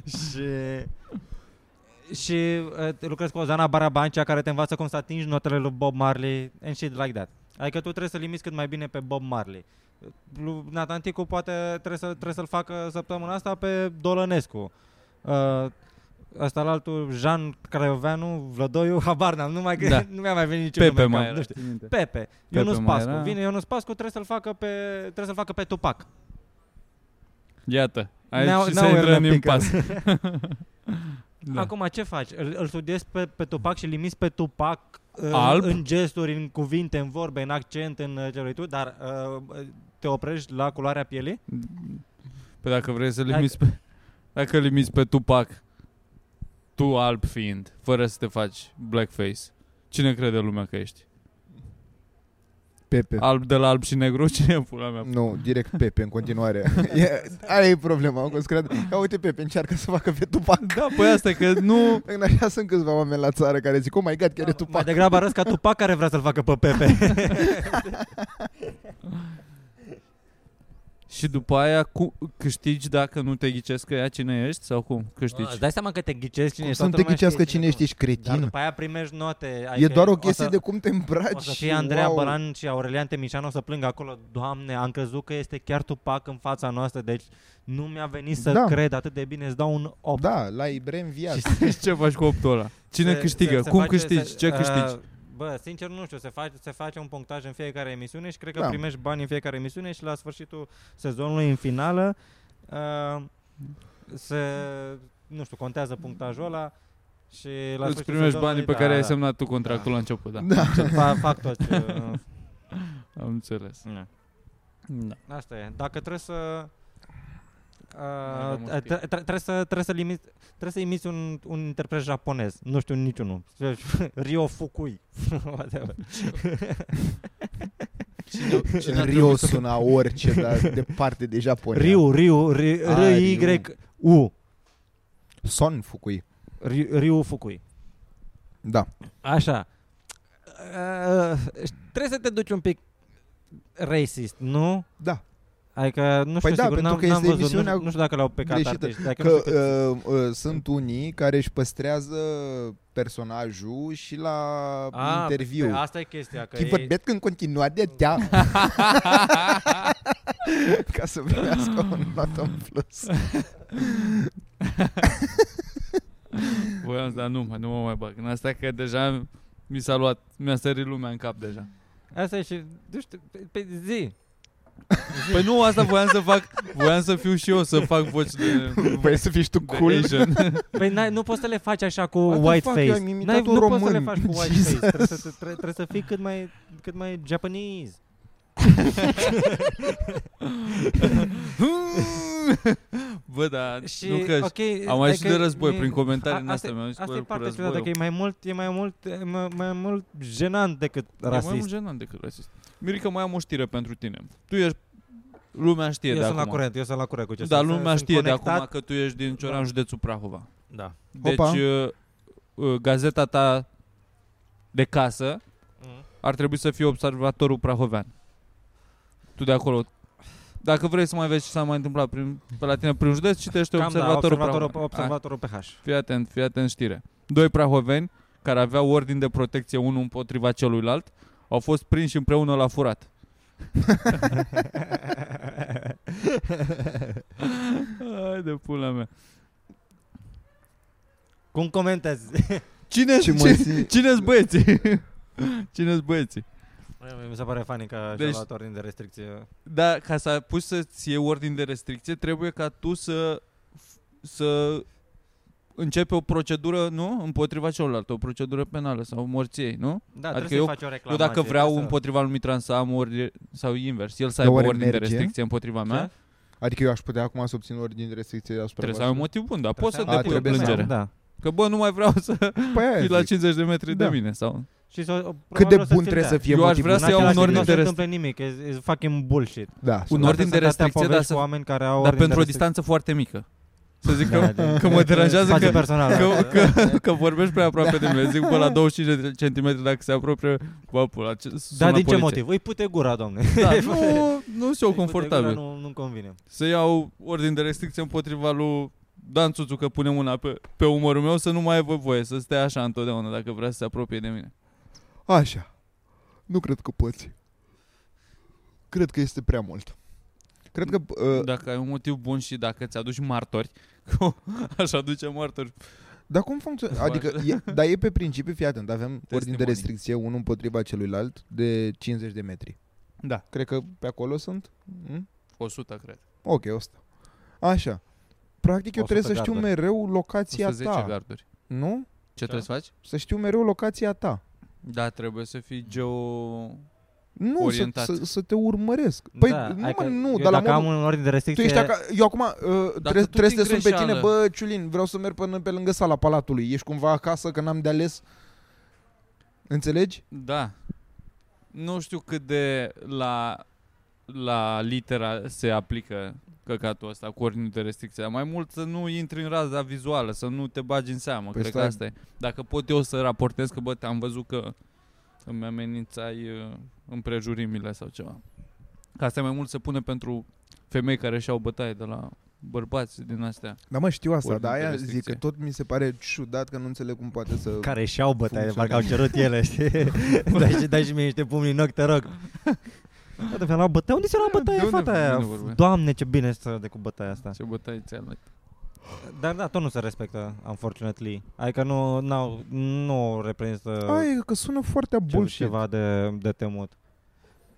C: și și uh, lucrezi cu Ozana Barabancea care te învață cum să atingi notele lui Bob Marley and shit like that. Adică tu trebuie să-l imiți cât mai bine pe Bob Marley. Lu- Nathan Ticu poate trebuie, să, trebuie să-l facă săptămâna asta pe Dolănescu. Uh, Asta la altul, Jean Craioveanu, Vlădoiu, habar n-am, nu, mai,
D: Da.
C: nu mi-a mai venit niciun
D: Pepe
C: nume în
D: mai
C: cap,
D: era.
C: nu știu.
D: țin minte.
C: Pepe, Ionuț
D: mai
C: Pascu,
D: era.
C: vine Ionuț Pascu, trebuie să-l facă pe, trebuie să-l facă pe Tupac.
D: Iată. Aici
C: Now-
D: și
C: now
D: se
C: we're
D: intră
C: in
D: în
C: a
D: impas.
C: Da. Acum ce faci? Îl, îl studiezi pe, pe Tupac și îl imiți pe Tupac uh, în,
D: Alb?
C: în gesturi, în cuvinte, în vorbe, în accent, în uh, ce vrei tu, dar uh, te oprești la culoarea pielii?
D: Păi dacă vrei să-l
C: Dacă-
D: imiți pe... Dacă îl imiți pe Tupac, tu alb fiind, fără să te faci blackface, cine crede lumea că ești?
E: Pepe.
D: Alb de la alb și negru? Cine e pula mea?
E: Nu, direct Pepe în continuare. E, aia e problema, am considerat. Ia uite Pepe, încearcă să facă pe Tupac.
D: Da, păi asta e că nu...
E: În așa sunt câțiva oameni la țară care zic, oh my god, chiar e
C: Da, Mai
E: Tupac.
C: degrabă arăți ca Tupac care vrea să-l facă pe Pepe.
D: Și după aia cu... câștigi dacă nu te ghicesc că ea cine ești sau cum câștigi?
C: Îți dai seama că te ghicezi cine
E: Cum
C: ești?
E: să nu
C: toată
E: te
C: lumea știe
E: ghicească cine
C: tu.
E: ești, ești
C: Dar
E: cretin.
C: după aia primești note.
E: E
C: adică
E: doar o
C: să-
E: chestie de cum te îmbraci.
C: O să fie Andreea
E: wow.
C: Bălan și Aurelian Temișanu să plângă acolo. Doamne, am crezut că este chiar Tupac în fața noastră, deci nu mi-a venit să
E: Da.
C: cred atât de bine, îți dau un 8.
E: Da, la Ibrem Viață.
D: Și ce faci cu optul ăla? Cine
C: Se-
D: câștigă?
C: se- se
D: cum
C: face-
D: câștigi?
C: se-
D: ce câștigi?
C: Uh, Bă, sincer nu știu, se face, se face un punctaj în fiecare emisiune și cred că
E: Da.
C: primești bani în fiecare emisiune și la sfârșitul sezonului, în finală, uh, se, nu știu, contează punctajul ăla Și la
D: Îți
C: sfârșitul
D: primești
C: sezonului,
D: banii pe
C: da,
D: care ai
C: da.
D: semnat tu contractul la început, da.
E: Da.
C: Sunt- Fac, fac tot ce...
D: Am înțeles.
C: Na.
D: Da.
C: Asta e. Dacă trebuie să...
D: Da,
C: Uh,
D: mă
C: tre-
D: știu.
C: tre- trebuie să trebuie să limiți trebuie să imiți un, un interpret japonez. Nu știu niciunul. Rio Fukui. Whatever.
D: Cine, cine a
E: Rio
D: trebuit să-
E: suna orice, dar departe de Japonia.
C: Riu, Riu, Ri-
E: Ah,
C: R Y U.
E: Son Fukui.
C: Ri- Riu Fukui.
E: Da.
C: Așa. Uh, trebuie să te duci un pic racist, nu?
E: Da.
C: Adică nu știu
E: Păi da,
C: sigur,
E: pentru
C: n-am,
E: că
C: n-am
E: este
C: văzut, nu,
E: emisiunea
C: știu- nu știu dacă l-au pecat
E: greșită.
C: artiști, dacă nu
E: Că
C: știu cât-
E: uh, uh, sunt unii care își păstrează personajul și la
C: Ah,
E: uh, interviu.
C: păi asta e chestia, că
E: Că
C: ei-
E: vorbesc în continuare de tea Ca să primească un not în plus
D: Voiam, să- dar nu, mă, nu mă mai bag. În asta că deja mi s-a luat, mi-a sărit lumea în cap deja.
C: Asta e și, nu știu, pe, pe zi.
D: Păi nu, asta voiam să fac, voiam să fiu și eu, să fac voci de,
E: Vrei să fii și tu
D: de
E: Păi cool?
D: Asian.
C: Păi n-ai, nu poți să le faci așa cu
E: What the
C: white
E: fuck,
C: face.
E: eu am imitat
C: N-ai-
E: un
C: nu poți să le
E: român.
C: faci cu white
E: Jesus.
C: face. Trebuie să, tre- trebuie să fii cât mai, cât mai japonez.
D: Bă, da,
C: Și,
D: nu crezi.
C: ok,
D: Am mai ieșit
C: adică
D: de război
C: mi-
D: prin comentarii
C: a-
D: în
C: asta
D: astea, mi-am zis
C: Asta e
D: cu
C: partea
D: războiul.
C: ciudată, că e mai mult, e mai mult, e mai, mai mult jenant decât
D: E mai
C: rasist.
D: mult jenant decât rasist. Mirica, mai am o știre pentru tine. Tu ești... Lumea știe
C: Eu
D: de
C: sunt la
D: acum.
C: curent, eu sunt la curent cu ce
D: da,
C: sunt.
D: lumea
C: Sunt
D: știe de
C: conectat.
D: acum că tu ești din Cioran, județul Prahova.
C: Da.
D: Deci,
E: Opa.
D: uh, uh, gazeta ta de casă
C: Mhm.
D: ar trebui să fie observatorul prahovean. Tu de acolo. Dacă vrei să mai vezi ce s-a mai întâmplat prin, pe la tine prin județ, citește
C: Cam da,
D: observatorul,
C: observatorul,
D: prahovean. Hai.
C: observatorul PH.
D: Fii atent, fii atent știre. Doi prahoveni care aveau ordin de protecție unul împotriva celuilalt au fost prinși împreună la furat. Hai de pula mea.
C: Cum comentezi?
D: Cine
E: Ce mă zi-
D: cine băieții? cine băieții?
C: Mi se pare funny că deci...
D: Deci-
C: și-a luat ordine de
D: Da,
C: restricție.
D: Dar ca să pus să-ți iei ordin de restricție, trebuie ca tu să să începe o procedură, nu? Împotriva celuilalt, o procedură penală sau morției, nu?
C: Da,
D: Adică
C: trebuie
D: eu-
C: să faci o
D: Eu
C: reclamație.
D: dacă vreau
C: trebuie să-
D: împotriva lui Mitran să am ori, sau invers, el să
E: Dar
D: aibă
E: oare
D: ordine de
E: merge?
D: restricție împotriva mea,
C: Ce?
E: Adică eu aș putea acum să obțin ordine de restricție asupra
D: trebuie să ai un
E: voastră?
D: motiv bun, dar poți să
E: să am
D: depui o
E: motiv.
D: plângere.
C: Da.
D: Că bă, nu mai vreau să
E: Păi aia
D: fii la Păi
E: zic.
D: 50 de metri de
E: Da.
D: mine. sau.
C: Și să,
E: Cât de bun trebuie să fie
D: Eu aș
E: motivul?
D: vrea
C: În
D: să iau
C: același
D: un ordine
C: timp Nu
D: de
C: se întâmplă nimic, is, is fucking bullshit.
E: Da,
D: Un
E: să-
D: ordine de
C: Sunt atâtea
D: restricție,
C: povești
D: dar să-
C: cu oameni care au
D: Dar
C: ordine de
D: pentru o
C: restricție.
D: distanță foarte mică. Să zic
C: Da,
D: că,
C: da.
D: că mă deranjează
C: Spațiu
D: că,
C: personal.
D: că,
C: da.
D: că, că vorbești prea aproape de mine. Zic, bă, la 25 de centimetri dacă se apropie, bă, pula, ce,
C: Dar
D: sună
C: Da, din ce
D: poliția.
C: motiv? Îi pute gura, domne.
D: Da, nu, nu sunt eu confortabil.
C: Nu, nu convine.
D: să iau ordin de restricție împotriva lui Dan Țuțu că pune mâna pe, pe umărul meu să nu mai aibă voie, să stea așa întotdeauna dacă vrea să se apropie de mine.
E: Așa. Nu cred că poți. Cred că este prea mult. Cred că... Uh, da.
D: Dacă ai un motiv bun și dacă ți aduci martori, că aș aduce martori.
E: Dar cum funcționează?
D: Foarte.
E: Adică, e, dar e pe principiu, fii atent, avem ordine de
D: Testimonii.
E: restricție unul împotriva celuilalt de 50 de metri.
D: Da.
E: Cred că pe acolo sunt. Mm?
D: 100, cred.
E: Ok, 100. Așa. Practic eu
C: 100
E: trebuie să știu
C: garduri.
E: mereu locația
D: 110
E: ta.
D: garduri.
E: Nu?
D: Ce
C: Da.
D: trebuie să faci?
E: Să știu mereu locația ta.
D: Da, trebuie să fii geo...
E: Nu, să,
D: Orientat.
E: să, să te urmăresc. Păi
C: Da,
E: nu,
C: hai
E: mă,
C: că
E: nu,
C: eu
E: dar la
C: dacă am
E: modul...
C: un ordine de
E: Tu
C: restricție...
E: ești aca... Eu acum uh, trebuie,
D: tu
E: trebuie să
D: din
E: te sun pe tine
D: greșeală-
E: Bă, Ciulin, vreau să merg pe, pe lângă sala palatului Ești cumva acasă că n-am de ales Înțelegi?
D: Da. Nu știu cât de la, la litera se aplică căcatul ăsta cu ordinul de restricție. Mai mult să nu intri în raza vizuală, să nu te bagi în seamă. Păi
E: Păi
D: Cred
E: stai.
D: că asta e. Dacă pot eu să raportez că, bă, te-am văzut că îmi amenințai uh, împrejurimile sau ceva. Că asta e mai mult se pune pentru femei care și-au bătaie de la bărbați din astea.
E: Da mă, știu asta,
D: Ordine
E: dar
D: de
E: aia zic
D: restricție.
E: că tot mi se pare ciudat că nu înțeleg cum poate să...
C: care și au bătaie, parcă
E: Funcționează.
C: au cerut ele, știi? dai, și, dai și mie niște pumni în ochi, te rog. Tată, mi-a luat bătaie. Unde ți-a luat
D: De
C: bătaie,
D: unde-
C: fata aia?
D: de unde vorbeai?
C: Doamne, ce bine să de cu bătaia asta.
D: Ce bătaie ți-a luat.
C: Dar da, tot nu se respectă, unfortunately. Adică nu, n-au, nu au reprins uh,
E: Aia e că sună foarte
C: ce-
E: bullshit.
C: ceva de, de temut.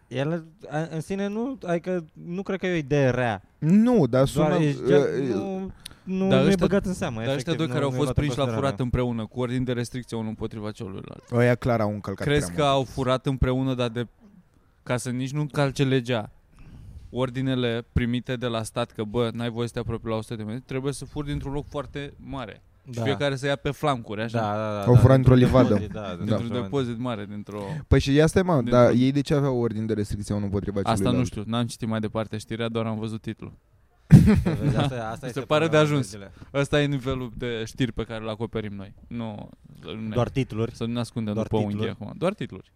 C: El a- în sine nu, adică nu cred că e o idee rea.
E: Nu, dar sună...
C: Doar
E: uh,
C: ești gen, nu, nu
D: Dar
C: mi-e
D: ăștia-
C: băgat în seamă.
D: Dar ăștia
C: efectiv,
D: doi
C: nu-
D: care au
C: nu-i
D: fost
C: luat în
D: prinși la
C: considerare.
D: furat împreună, cu ordin de restricție unul împotriva celuilalt.
E: Oia clar au încălcat
D: Crezi
E: prea
D: că
E: mult.
D: au furat împreună, dar de... ca să nici nu încalce legea ordinele primite de la stat că, bă, n-ai voie să te apropii la 100 de metri, trebuie să furi dintr-un loc foarte mare. Da. Și fiecare să ia pe flancuri, așa.
C: Da, da, da.
E: Au
C: da,
E: furat într-o
C: dintr-un
E: livadă.
C: depozit, Da,
D: Dintr-un
C: dintr-un depozit.
D: depozit mare, dintr-o...
E: Păi și asta e, mă,
D: Din-
E: dar ei de ce aveau ordin de restricție unul împotriva
D: Asta nu
E: celuilalt?
D: știu, n-am citit mai departe știrea, doar am văzut titlul. Da,
C: Vezi, Asta, asta este
D: Se pare
C: problema
D: de
C: cu
D: ajuns.
C: legile.
D: Ăsta e nivelul de știri pe care îl acoperim noi. Nu, ne-
C: Doar titluri.
D: să nu ne ascundem
C: doar
D: după unghie
C: titluri.
D: acum. Doar titluri.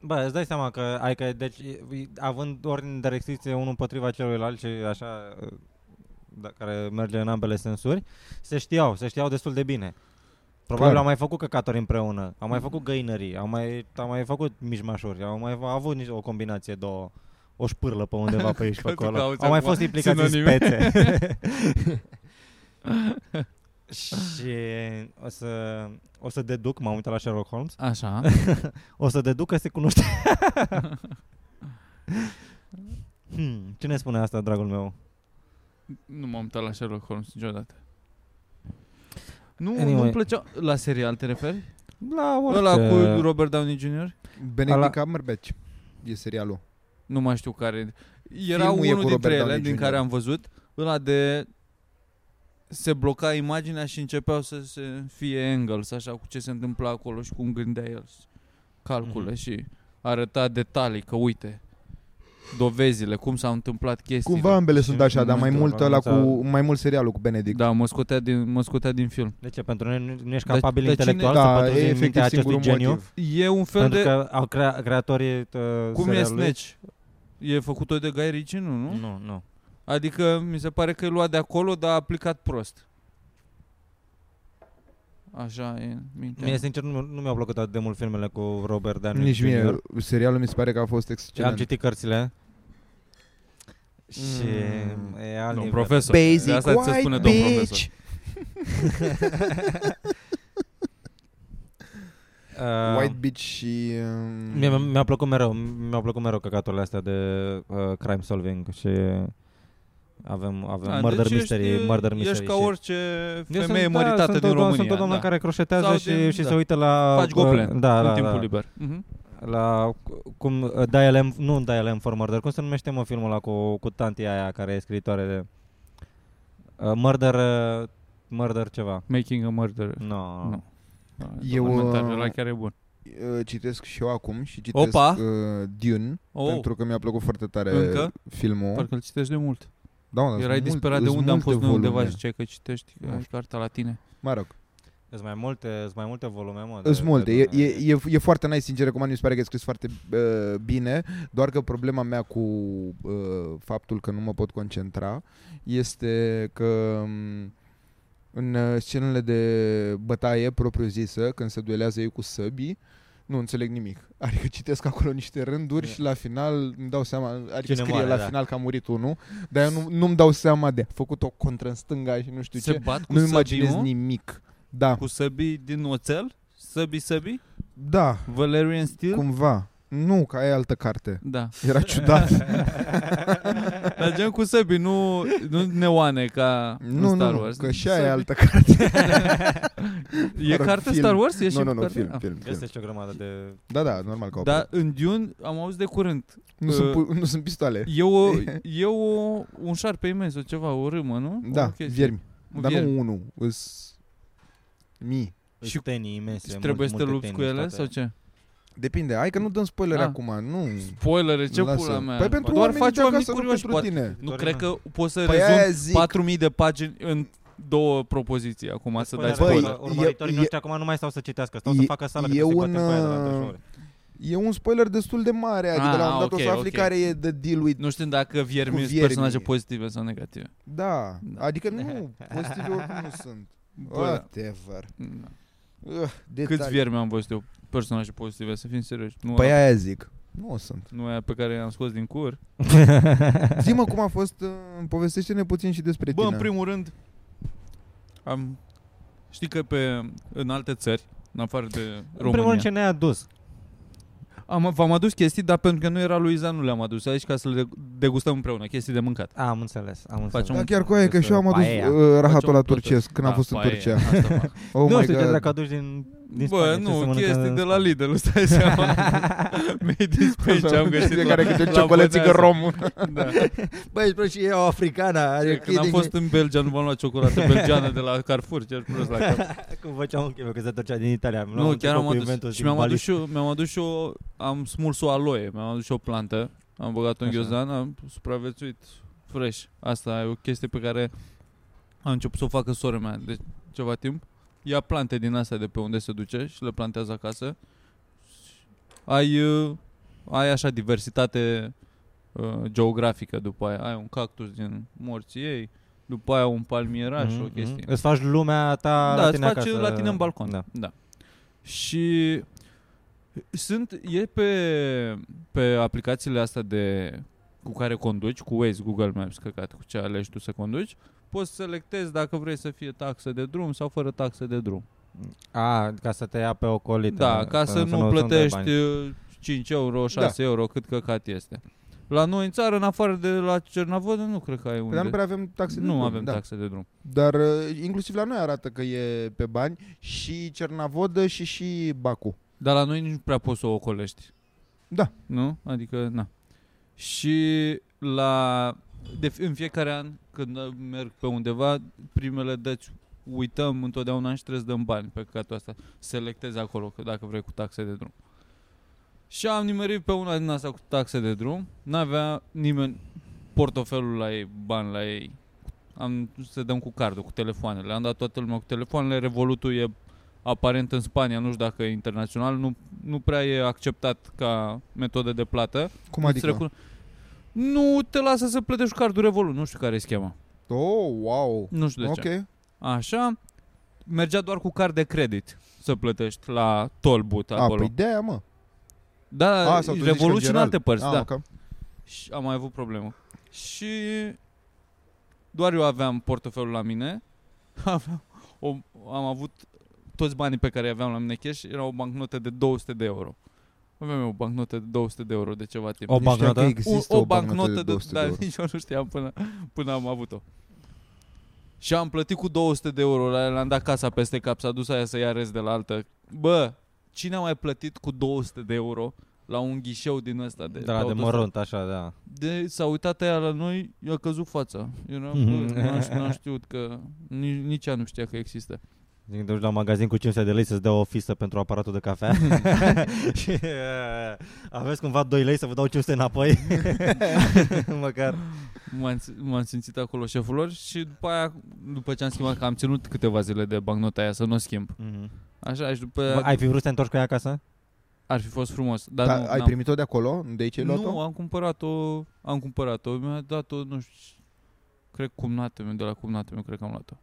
C: Bă, îți dai seama că, ai că deci, e- având ordine de restricție unul împotriva celuilalt și așa, da, care merge în ambele sensuri, se știau, se știau destul de bine. Probabil
E: Clar.
C: au mai făcut căcaturi împreună, au mai făcut găinării, au mai, au mai făcut mișmașuri, au mai au avut nici o combinație, două, o șpârlă pe undeva pe aici și pe
D: Că tu
C: acolo.
D: cauți
C: Au mai
D: acum
C: fost implicați în
D: sinonime.
C: spețe. și o să, o să deduc, m-am uitat la Sherlock Holmes,
D: Așa.
C: o să deduc că se cunoște. hmm, cine spune asta, dragul meu?
D: nu m-am uitat la Sherlock Holmes niciodată. Nu,
C: Anyway.
D: nu-mi plăcea... La serial te referi?
C: La orice.
D: Ăla cu Robert Downey Jr.?
E: Benedict
C: Ala-
E: Cumberbatch e serialul.
D: Nu mai știu care. Era
E: Filmul e
D: unul
E: cu
D: dintre
E: Robert
D: ele
E: Downey
D: din
E: Jr..
D: care am văzut, ăla de se bloca imaginea și începeau să se fie angles, așa cu ce se întâmpla acolo și cum gândea el. Calcule
C: Mhm.
D: și arăta detalii, că uite, dovezile, cum s-au întâmplat chestii.
E: Cumva ambele
D: Și
E: sunt
D: în
E: așa, dar mai
D: momentul
E: mult
C: ăla
E: ăla
C: nu
E: cu mai mult serialul cu Benedict.
D: Da, mă scotea din, mă scotea din film.
C: De ce? Pentru noi nu, nu ești
D: Dar-
C: capabil
D: dar cine-
C: intelectual să
E: Deci, da
C: pătrunzi
E: e
C: în mintea
E: efectiv
C: acestui
E: singurul
C: geniu?
E: motiv.
D: E un fel
C: Pentru
D: de...
C: că au crea, creatorii uh,
D: Cum e
C: serialului-
D: Snatch? E făcut tot de Guy Ritchie, nu, nu?
C: Nu, nu.
D: Adică mi se pare că e luat de acolo, dar a aplicat prost. Așa e mintea.
C: Mie, sincer, nu, nu mi-au plăcut atât de mult filmele cu Robert Downey
E: Nici
C: Jr.
E: mie, serialul mi se pare că a fost excelent.
C: Am citit cărțile. Și
E: Mm.
C: e alt
D: Domn
C: nivel.
D: profesor. de asta ți se spune domn profesor. Um,
C: Uh,
E: White Beach și... um,
C: Mie, mi-a plăcut mereu, mi-au plăcut mereu căcaturile astea de uh, crime solving și avem, avem
D: Da,
C: murder
D: deci
C: mystery,
D: ești,
C: murder mystery.
D: Ești ca
C: și-
D: orice
C: Eu
D: femeie
C: sunt,
D: măritată
C: da, sunt
D: din
C: o, doamnă-
D: România.
C: Sunt o doamnă
D: da.
C: care croșetează
D: Sau
C: și,
D: din-
C: și
D: da.
C: se uită la...
D: Faci goblen
C: da,
D: în
C: da,
D: timpul
C: da,
D: liber. Mhm.
C: La cum, uh, Dial M, nu Dial M for Murder, cum se numește mă filmul ăla cu, cu tantia aia care e scriitoare de... Uh, murder, uh, murder ceva.
D: Making a murder.
C: No.
D: Nu.
E: Eu,
D: Da, Documentarul
E: uh,
D: ăla chiar e bun.
E: uh, Citesc și eu acum și citesc
D: Opa!
E: uh, Dune,
D: Oh,
E: pentru că mi-a plăcut foarte tare
D: Încă?
E: filmul.
D: parcă îl citești de mult.
E: Da, mă, dar
D: Erai
E: sunt mult-
D: disperat de
E: sunt
D: unde am
E: multe
D: fost noi undeva
E: volume.
D: și ziceai că citești
E: Nu
D: ai cartea la tine.
E: Mă rog,
C: Sunt mai multe, sunt da. mai multe volume, mă. de-
E: Sunt multe,
C: de-
E: e, e, e, e foarte nice, sincer, recomand, mi se pare că e scris foarte uh, bine, doar că problema mea cu uh, faptul că nu mă pot concentra este că um, în uh, scenele de bătaie propriu-zisă, când se duelează ei cu săbii, nu înțeleg nimic. Adică citesc acolo niște rânduri
C: Da.
E: și la final îmi dau seama, adică
C: Cine
E: scrie
C: moare,
E: la
C: da.
E: final că a murit unul, dar eu nu, nu-mi dau seama de a făcut o contră în stânga și nu știu
D: Se
E: ce.
D: bat cu
E: Nu imaginez
D: săbiu?
E: nimic. Da,
D: Cu săbii din oțel? Săbii, săbii?
E: da,
D: Valerian Steel?
E: Cumva. Nu, ca e altă carte.
D: Da.
E: Era ciudat.
D: Dar gen cu săbii, nu, nu neoane ca
E: nu,
D: în
E: nu,
D: Star
E: nu,
D: Wars.
E: că și aia
D: Săbii.
E: e altă carte.
D: E
E: Mă rog,
D: carte
E: film.
D: Star Wars? E și
E: nu, nu, nu,
D: carte?
E: film,
D: Ah.
E: film, film.
C: Găsești o grămadă de...
E: Da, da, normal că
D: Dar
E: da,
D: în Dune am auzit de curând.
E: nu, sunt, pu- nu sunt pistoale.
D: uh, E, o, e o, un șarpe imens, o ceva, o râmă, nu?
E: Da,
D: o chestie.
E: viermi.
D: Un
E: Dar
D: viermi.
E: nu unul, îs mii.
D: Și-
C: Și tenii imense.
D: Și
C: mult-
D: trebuie să te
C: multe
D: lupți cu
C: tenii,
D: ele
C: toate.
D: sau ce?
E: Depinde, hai că nu dăm spoiler
D: Ah.
E: acum, nu.
D: Spoilere, ce
E: Lasă.
D: pula mea.
E: Păi pentru
D: Doar
E: oamenii
D: faci
E: de acasă,
D: oameni
E: nu
D: curioși.
E: pentru
D: Poate.
E: tine.
D: Nu cred că poți să
E: Păi aia
D: rezumi
E: zic.
D: 4000 de pagini în două propoziții acum să dai
C: Spoiler,
E: Băi,
D: spoiler.
C: urmă- Păi, urmăritorii
E: e-
C: noștri acum nu mai stau să citească, stau să
E: e-
C: facă sală
E: e
C: că se
E: un,
C: batem cu aia de la
E: uh,
C: antreprenori.
E: E un spoiler destul de mare, adică
D: Ah,
E: la un moment dat
D: ok,
E: o să afli
D: ok.
E: care e de deal with.
D: Nu știu dacă viermi
E: Cu
D: sunt
E: viermii.
D: personaje pozitive sau negative.
E: Da,
D: Da.
E: adică nu, pozitive oricum nu sunt. Whatever.
D: da.
E: Ugh,
D: Câți
E: detalii.
D: viermi am văzut eu personaje pozitive, să fim serioși. Nu,
E: Păi
D: ăla-
E: aia zic. Nu sunt.
D: nu aia pe care i-am scos din cur.
E: Zi-mă cum a fost, uh, povestește-ne puțin și despre
D: Bă,
E: tine.
D: în primul rând, am... Știi că pe, în alte țări, în afară de România,
C: În primul rând ce ne-a adus.
D: Am, v-am adus chestii, dar pentru că nu era Luiza, nu le-am adus aici ca să le degustăm împreună, chestii de mâncat.
C: Am înțeles, am înțeles. Păi,
D: Facem
E: Da,
D: un-
E: chiar cu aia, că și eu am adus
C: Paella.
E: uh, rahatul
D: Facem
E: la
D: un plătăr.
E: turcesc când am
D: Da,
E: fost în
D: paie,
E: Turcia.
D: asta fac.
E: Oh
C: nu
E: my
C: știu ce
E: God.
C: dacă aduci din, din
D: Bă,
C: Spania, ce se
D: nu,
C: mănâncă
D: chestii
C: în
D: de la
C: Spania.
D: Lidl, îți dai seama. Made in Spain ce am găsit
E: Fiecare
D: la-
E: câte o
D: la
E: ciocolățică
D: băneasa.
E: romă.
D: Da.
C: Băi, bro, și eu africana. are
E: Adică
D: Când am
C: kidding
D: fost în Belgia, nu v-am luat ciocolată belgeană de la Carrefour, cel prost la cap.
C: me. Cum făceam un chimio, că se torcea din Italia. îmi luam
D: Nu,
C: un
D: chiar
C: tricou
D: am
C: cu
D: adus.
C: Juventus
D: Și
C: din
D: mi-am adus
C: Bali.
D: și eu, mi-am adus și eu, am smuls o aloe, mi-am adus și o plantă, am băgat-o în
C: Așa.
D: ghiozdan, am supraviețuit fresh. Asta e o chestie pe care am început să o facă sora mea de ceva timp. Ia plante din astea de pe unde se duce și le plantează acasă. Ai, uh, ai așa diversitate uh, geografică după aia. Ai un cactus din morții ei, după aia un palmieraș, mm-hmm. o
C: Mhm,
D: chestie.
C: mhm. Îți faci lumea ta
D: Da,
C: la
D: îți
C: tine
D: faci
C: acasă.
D: la tine în balcon.
C: Da.
D: Da. Și sunt, e pe, pe aplicațiile astea de, cu care conduci, cu Waze, Google Maps, căcat, cu ce alegi tu să conduci, poți să selectezi dacă vrei să fie taxă de drum sau fără taxă de drum.
C: A, ca să te ia pe ocolit.
D: Da, ca să, nu
C: să-mi dai
D: plătești
C: bani.
D: uh, 5 euro, 6 da. euro, cât căcat este. La noi în țară, în afară de la Cernavodă, nu cred că ai unde.
E: Dar nu prea avem taxe de
D: nu
E: drum,
D: avem
E: da.
D: taxe de drum.
E: Dar uh, inclusiv la noi arată că e pe bani și Cernavodă și și Bacu.
D: Dar la noi nici nu prea poți să o ocolești.
E: Da.
D: Nu? Adică, na. Și la... De, f- în fiecare an, când uh, merg pe undeva, primele dăți uităm întotdeauna și trebuie să dăm bani pe căcatul asta. Selectezi acolo, că dacă vrei cu taxe de drum. Și am nimerit pe una din asta cu taxe de drum. N-avea nimeni portofelul la ei, bani la ei. Am să dăm cu cardul, cu telefoanele. Am dat toată lumea cu telefoanele. Revolutul e aparent în Spania, nu știu dacă e internațional, nu, nu prea e acceptat ca metodă de plată.
E: Cum adică?
D: Îți recuno- Nu te lasă să plătești cu cardul Revolut, nu știu care e schema.
E: Oh, wow.
D: Nu știu de ce.
E: ok.
D: Așa, mergea doar cu card de credit să plătești la tollbooth
E: A,
D: acolo.
E: păi de aia, mă.
D: Da,
E: A, sau tu zici că în
D: Revolut și în
E: general.
D: alte părți,
E: A,
D: da.
E: ok.
D: Și am mai avut problemă. Și doar eu aveam portofelul la mine. Aveam, o, am avut toți banii pe care îi aveam la mine cash era o bancnotă de 200 de euro. Aveam eu o bancnotă de 200 de euro de ceva timp.
C: O
E: Nu știam
C: bancnotă?
E: că există
D: o, o bancnotă de, da.
E: 200 de
D: dar
E: euro.
D: nici eu nu știam până, până am avut-o. Și am plătit cu 200 de euro, la- le-am dat casa peste cap, s-a dus aia să ia rest de la altă. Bă, cine a mai plătit cu 200 de euro la un ghișeu din ăsta?
C: Da,
D: De, pe
C: de
D: autostradă?
C: mărunt, așa, da.
D: de, s-a uitat aia la noi, i-a căzut fața. Eu n-am,
C: Mhm.
D: bă, n-am, ș- n-am știut că nici, nici ea nu știa că există.
C: Zic, Adică duci la magazin cu 500 de lei să-ți dea o fisă pentru aparatul de cafea și uh, aveți cumva 2 lei să vă dau 500 înapoi, măcar.
D: M-am, ți- m-am simțit acolo șeful lor și după aia, după ce am schimbat, că am ținut câteva zile de bancnota aia să nu o schimb.
C: Mhm.
D: Așa, și după
C: Bă,
D: aia
C: ai fi vrut să te întorci cu ea acasă?
D: ar fi fost frumos. Dar nu,
E: Da, ai
D: n-am-
E: primit-o de acolo? De aici ai luat-o?
D: Nu, am cumpărat-o, am cumpărat-o, mi-a dat-o, nu știu, cred cumnată meu, de la cumnată meu, cred că am luat-o.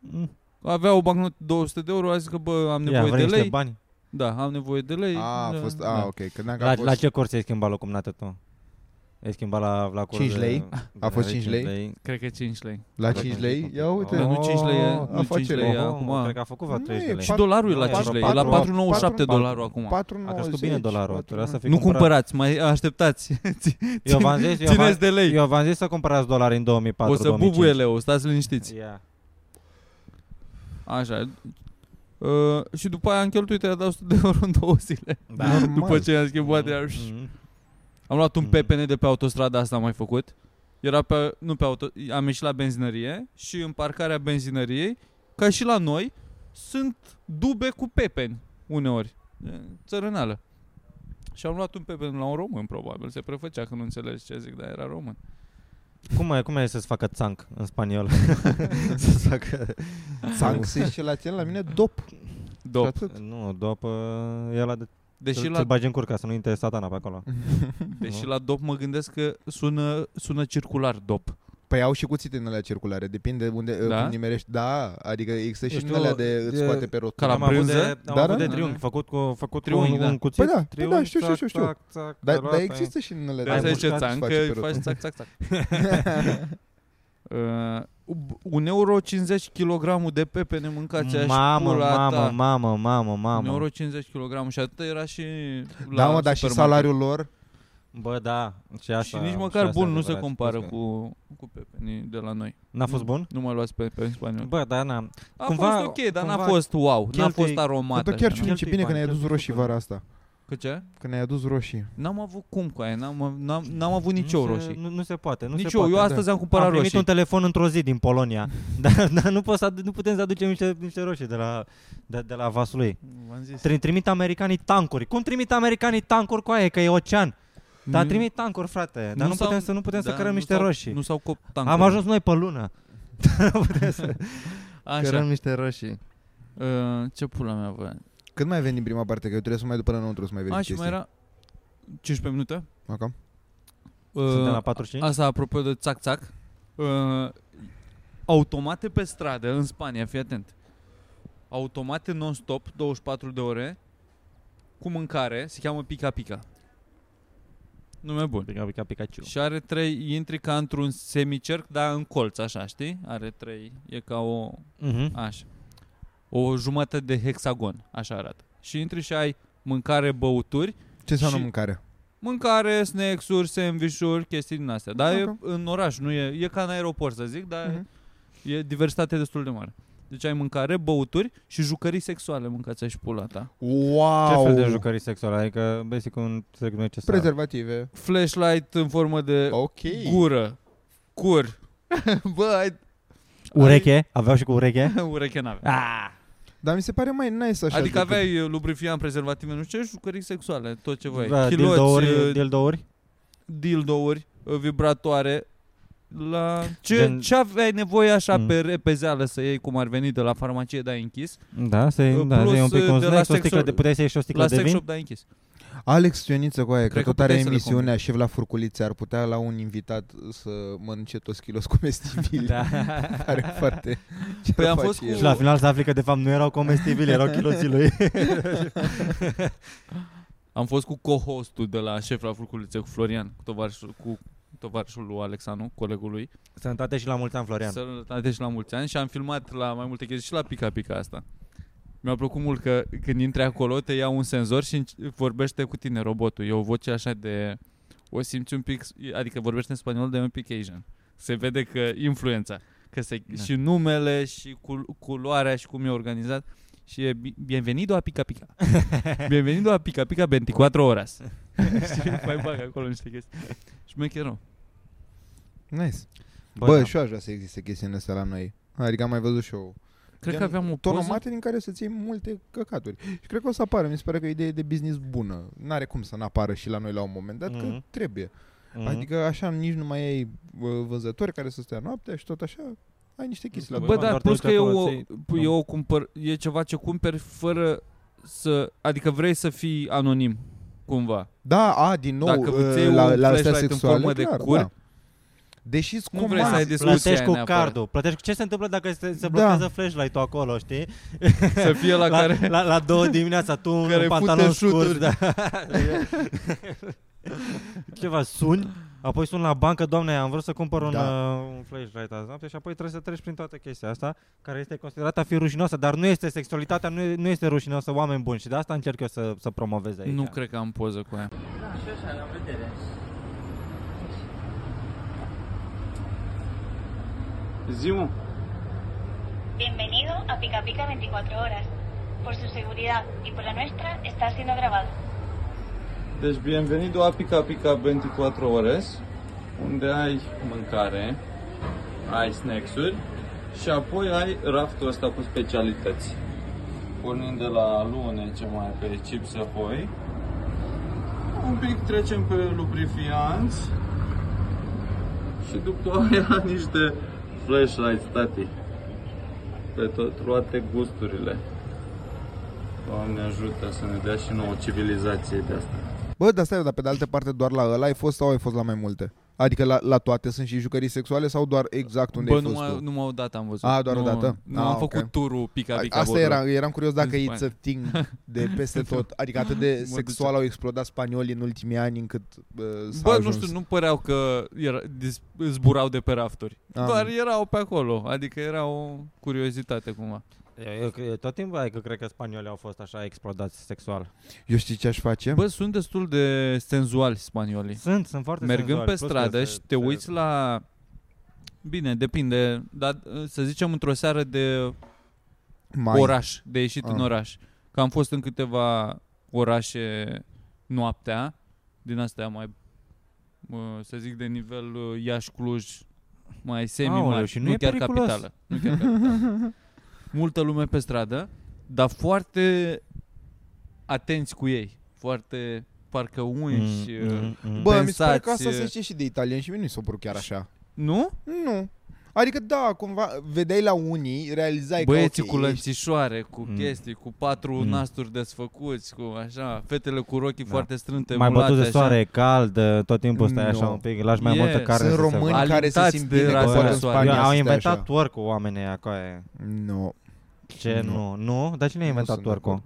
C: Mm.
D: Avea o bancnotă 200 de euro, a zis că bă, am
C: Ia,
D: nevoie
C: vrei
D: de
C: niște
D: lei.
C: bani?
D: Da, am nevoie de lei.
E: A, a fost, a,
D: da.
E: ok. Credeam că a
C: La,
E: fost...
C: la ce curs ai schimbat locul nată tu? Ai schimbat la, la curs
E: 5
C: de-
E: lei?
C: de-
E: A fost
C: de
E: 5 lei?
D: Cred că 5 lei.
E: La 5 lei? Ia uite.
D: Dar nu 5 lei e-
E: Oh,
D: nu 5 lei
E: afacere.
D: e acum.
C: Cred că a făcut vreo
E: Nu
C: 30 de
E: e
C: lei.
D: Și
E: Pat-
D: dolarul e
C: nu,
D: la
C: e
D: 5 lei, e
C: patru-
D: la 4,97
E: patru-
D: dolarul acum.
E: patru
C: A crescut bine
E: 90,
C: dolarul,
E: patru-
C: trebuia să fie
D: Nu
C: cumpărat.
D: cumpărați, mai așteptați.
C: Eu v-am zis, eu v-am,
D: Țineți de lei.
C: eu v-am zis să cumpărați dolari în 2004
D: O să bubuie leu, stați liniștiți.
C: Yeah.
D: Așa. Uh, și după aia am cheltuit aia de 100 de euro în două zile.
E: Da. Normal.
D: După ce am schimbat iar.
C: Mhm.
D: Am luat un
C: Mm.
D: PPN de pe autostrada asta am mai făcut. Era pe, nu pe auto, am ieșit la benzinărie și în parcarea benzinăriei, ca și la noi, sunt dube cu pepeni uneori. E, Țărânală. Și am luat un pepen la un român, probabil. Se prefăcea că nu înțelegi ce zic, dar era român.
C: Cum e, cum e să-ți facă țanc în spaniol? să-ți facă...
E: Țanc se și la tine, la mine dop. Și
D: Dop.
E: atât.
C: Nu, după e ăla de...
D: Deși
C: Deși
D: la,
C: la... bagi în curca să nu intre satana pe acolo.
D: deși la dop mă gândesc că sună, sună circular dop.
E: Păi au și cuțite în alea circulare, depinde unde
D: Da?
E: da? nimerești. Da, adică există și
C: Ești
E: în
C: o-
E: alea de îți
C: e-
E: scoate pe rotul.
D: Ca la
C: am avut de,
D: brânză?
C: am
E: Da,
C: avut de
E: da.
C: triunghi, făcut cu, făcut
D: Triunghi,
C: cu un,
D: da.
C: un cuțit.
E: Păi da, păi da, știu, știu, știu, știu.
C: Țac, țac,
E: Dar,
C: te
E: dar
C: lua pe-
E: există și în alea
D: Dar
C: ai
D: să
E: de
D: zice
C: mușcat,
E: îți
D: țan
E: face
D: că
E: pe
D: faci
E: rotul.
D: țac, țac, țac. Uh, un euro 50 kg de pepene mâncați așa
C: Mamă,
D: pula
C: mamă,
D: ta.
C: mamă, mamă,
D: Un
C: mamă.
D: euro 50 kg și atât era și la
E: Da, mă, dar și
D: supermarket.
E: salariul lor
C: Bă, da, și
D: Și
C: asta.
D: nici
C: și
D: măcar
C: asta
D: bun
C: e
D: nu se
C: adevărat,
D: compară
C: scuze.
D: cu, cu pepenii de la noi.
C: N-a fost bun?
D: Nu mă luați pe, pe în spaniol.
C: Bă, da, n-am.
D: A
C: cumva-
D: fost ok, dar
C: cumva
D: n-a fost wow, n-a
C: cheltui-
D: fost aromat.
E: Dar chiar
D: așa,
E: și
D: n-a-
E: ce bine că
B: bani,
E: ne-ai adus
B: cheltui
E: roșii
B: bani.
E: vara asta
D: Că ce?
E: Că ne-ai adus roșii
D: N-am avut cum cu aia, n-am, n-am, n-am avut nici
C: nu
D: eu
C: se-
D: roșii.
C: Nu, nu se poate, nu
D: Nici
C: se
D: eu,
C: poate.
D: eu
C: da.
D: astăzi am
C: Am
D: cumpărat
C: primit
D: roșii.
C: un telefon într-o zi din Polonia, dar, dar nu, pot să adu- nu putem să aducem niște, niște roșii de la, de, de la Vaslui.
D: V-am zis.
C: Tri- Trimit americanii tancuri. Cum trimit americanii tancuri cu aia, că e ocean? Dar
D: Nu-
C: trimit tancuri, frate. Dar nu,
D: Mm. s-au-
C: putem să nu putem să
D: da,
C: cărăm
D: nu
C: niște
D: s-au-
C: roșii.
D: Nu s-au copt
C: Am
D: tancurile.
C: ajuns noi pe lună. Da,
D: Așa.
C: niște roșii.
D: Uh, ce pula mea, bă.
E: Când mai veni prima parte? Că eu trebuie să mai duc până înăuntru să mai vezi
D: A, și
E: chestii
D: mai era 15 minute.
E: Ok.
D: Uh,
C: Suntem la 45?
D: Asta apropo de țac-țac. Uh, automate pe stradă în Spania, fii atent. Automate non-stop, 24 de ore, cu mâncare, se cheamă Pica Pica. Nume bun.
C: Pica, pica, Pikachu.
D: Și are trei, intri ca într-un semicerc, dar în colț, așa, știi? Are trei, e ca o,
C: Mhm.
D: așa, o jumătate de hexagon, așa arată. Și intri și ai mâncare, băuturi,
E: Ce înseamnă
D: Și-
E: mâncare?
D: Mâncare, snacks-uri, sandvișuri, chestii din astea. Dar
E: Ok.
D: e în oraș, nu e, e ca în aeroport, să zic, dar
E: Mhm.
D: e diversitate destul de mare. Deci ai mâncare, băuturi și jucării sexuale, mâncați și pula ta.
E: Wow!
C: Ce fel de jucării sexuale? Adică, basic, un sex necesar.
E: Prezervative
D: Flashlight în formă de
E: Ok
D: gură, cur. Bă, ai...
C: Ureche? Aveau și cu ureche?
D: Ureche n
C: Ah!
E: Dar mi se pare mai nice așa
D: Adică
E: decât-
D: aveai uh, lubrifiant, prezervative, nu știu ce, jucării sexuale, tot ce vrei.
C: Da,
D: Chiloți,
C: dildouri,
D: uh,
C: dildouri?
D: dildouri, uh, vibratoare, la ce,
C: Gen-
D: Gen... ce aveai nevoie așa
C: Mm.
D: mm. pe repezeală să iei cum ar veni de la farmacie, dai închis,
C: Da, se,
D: Uh,
C: da,
D: plus,
C: se un pic
D: uh,
C: un
D: de la
C: snack, o
D: sex-
C: sticlă de, puteai să ieși o sticlă
D: la
C: de
D: sex
C: vin?
D: shop dai închis.
E: Alex Ioniță cu aia, că
D: Cred că
E: tot are
D: puteai să le
E: emisiunea Șef la furculițe Ar putea la un invitat să mănânce toți kilos comestibili
C: Da.
E: Pare foarte
D: Păi am fost
E: face
D: cu-
C: Și la final se afli că de fapt nu erau comestibili, erau chiloții lui.
D: Am fost cu co-hostul de la șef la furculițe cu Florian, cu tovarășul, cu tovarășul lui Alexanu, colegului.
C: Sănătate și la mulți ani, Florian.
D: Sănătate și la mulți ani și am filmat la mai multe chestii și la Pica Pica asta. Mi-a plăcut mult că când intri acolo te ia un senzor și înc- vorbește cu tine robotul. E o voce așa de... O simți un pic... Adică vorbește în spaniol de un pic Asian. Se vede că influența. Că se,
C: Da.
D: da. Și numele și cul- culoarea și cum e organizat. Și e bi- bienvenido a Pica Pica. bienvenido a Pica Pica 24 horas. și mai bag acolo niște chestii. Și mă
E: Nice
C: Bă,
E: Bă,
C: da.
E: și eu aș vrea să existe chestiile astea la noi Adică am mai văzut și eu
D: Cred
E: Gen
D: că aveam o poză.
E: tonomate din care să-ți iei multe căcaturi. Și cred că o să apară. Mi se pare că e o idee de business bună. N-are cum să n-apară și la noi la un moment dat, mm-hmm. că
C: Mhm.
E: trebuie.
C: Mhm.
E: Mm-hmm. Adică așa nici nu mai ai bă, vânzători care să stea noaptea și tot așa. Ai niște chestii la
D: Bă,
E: bun.
C: doar
D: dar
C: te
D: plus
C: duci
D: că e
C: acolo,
D: o,
C: ții-
D: p- e, o cumpăr, e ceva ce cumperi fără să... Adică vrei să fii anonim, cumva.
E: Da, a, din nou,
D: Dacă îți iei
E: uh, la,
D: un
E: la astea
D: flashlight în
E: sexuale,
D: formă de
E: clar,
D: cur,
E: da. Deși
D: nu
E: cum
D: vrei să ai discuția
C: Plătești
D: aia
C: cu
D: neapărat.
C: cardul. Plătești cu ce se întâmplă dacă se, se
E: Da.
C: blochează flashlight-ul acolo, știi?
D: Să fie la, care...
C: la, la două dimineața, tu
D: Care
C: în
D: fute
C: pantalon scurt.
D: șuturi.
C: Da. Ceva, suni, apoi sun la bancă, doamne, am vrut să cumpăr un,
E: Da.
C: uh, un flashlight azi noapte și apoi trebuie să treci prin toată chestia asta, care este considerată a fi rușinoasă, dar nu este sexualitatea, nu, e- nu este rușinoasă, oameni buni și de asta încerc eu să, să promovez aici.
D: Nu cred că am poză cu aia.
F: Bienvenido a Pica Pica 24 horas. Por su seguridad y por la nuestra está siendo grabado.
D: Deci, bienvenido a Pica Pica 24 Ores, unde ai mâncare, ai snacks-uri și apoi ai raftul ăsta cu specialități. Pornind de la lune, ce mai ai pe chips Ahoy, un pic trecem pe lubrifianți și după aia niște flashlights, tati. Pe tot, toate gusturile. Doamne ajută să ne dea și nouă civilizație de asta.
E: Bă, dar stai, dar pe de altă parte doar la ăla ai fost sau ai fost la mai multe? Adică la, la toate sunt și jucării sexuale sau doar exact unde
D: Bă,
E: ai fost
D: numai,
E: tu?
D: numai o dată am văzut.
E: A, doar o
D: nu,
E: dată?
D: Nu
E: Ah,
D: am
E: ok.
D: făcut turul pica pica
E: A- Asta
D: Bobru.
E: era, eram curios dacă
D: În
E: it's a thing de peste tot. Adică atât de sexual au explodat spaniolii în ultimii ani încât uh, s-a
D: Bă,
E: ajuns.
D: nu știu, nu păreau că era, dis, zburau de pe rafturi.
E: Am.
D: Doar erau pe acolo. Adică era o curiozitate cumva.
C: Eu, eu, eu tot timpul ai că cred că spaniolii au fost așa explodați sexual.
E: Eu știi ce aș face?
D: Bă, sunt destul de senzuali spaniolii.
C: Sunt, sunt foarte
D: Păi. Mergând
C: senzuali,
D: pe
C: plus
D: stradă
C: că
D: și te uiți la... Bine, depinde, dar să zicem într-o seară de
E: Mai.
D: oraș, de ieșit în
E: Ah.
D: oraș. Că am fost în câteva orașe noaptea, din astea mai, mă, să zic, de nivel uh, Iași, Cluj, mai
C: Aoleu,
D: semi
C: și
D: și
C: nu
D: nu,
C: e
D: chiar
C: periculos.
D: capitală. Nu chiar capitală. Multă lume pe stradă, dar foarte atenți cu ei. Foarte parcă unși. uh,
C: mm.
E: Bă, mi se pare că
D: pensați,
E: asta se
D: e-
E: știe și de italieni și mie nu-i s-o părut chiar așa.
D: Nu?
E: Nu. Adică da, cumva, vedeai la unii, realizai
D: Băieții
E: că
D: cu
E: ok, ești-
D: lănțișoare, cu
C: Mm.
D: chestii, cu patru
C: Mm.
D: nasturi desfăcuți, cu așa, fetele cu rochii
C: Da.
D: foarte strânte,
C: mai
D: mulate,
C: bătut de
D: așa.
C: soare, e cald, tot timpul stai așa
E: Nu.
C: un pic, lași mai
D: E,
C: multă carne
E: sunt
C: să se vadă.
E: români care se
D: Alitați
E: simt
D: de
E: bine că
D: rasă.
E: pot în
D: Bă,
E: Spania.
D: Spania
C: au
E: să stea
C: inventat
E: așa.
C: twerk-ul oamenii acolo.
E: Nu.
C: Ce? Nu.
E: Nu.
C: nu. Dar cine a
E: Nu
C: inventat
E: sunt de
C: twerk-ul?
E: acord.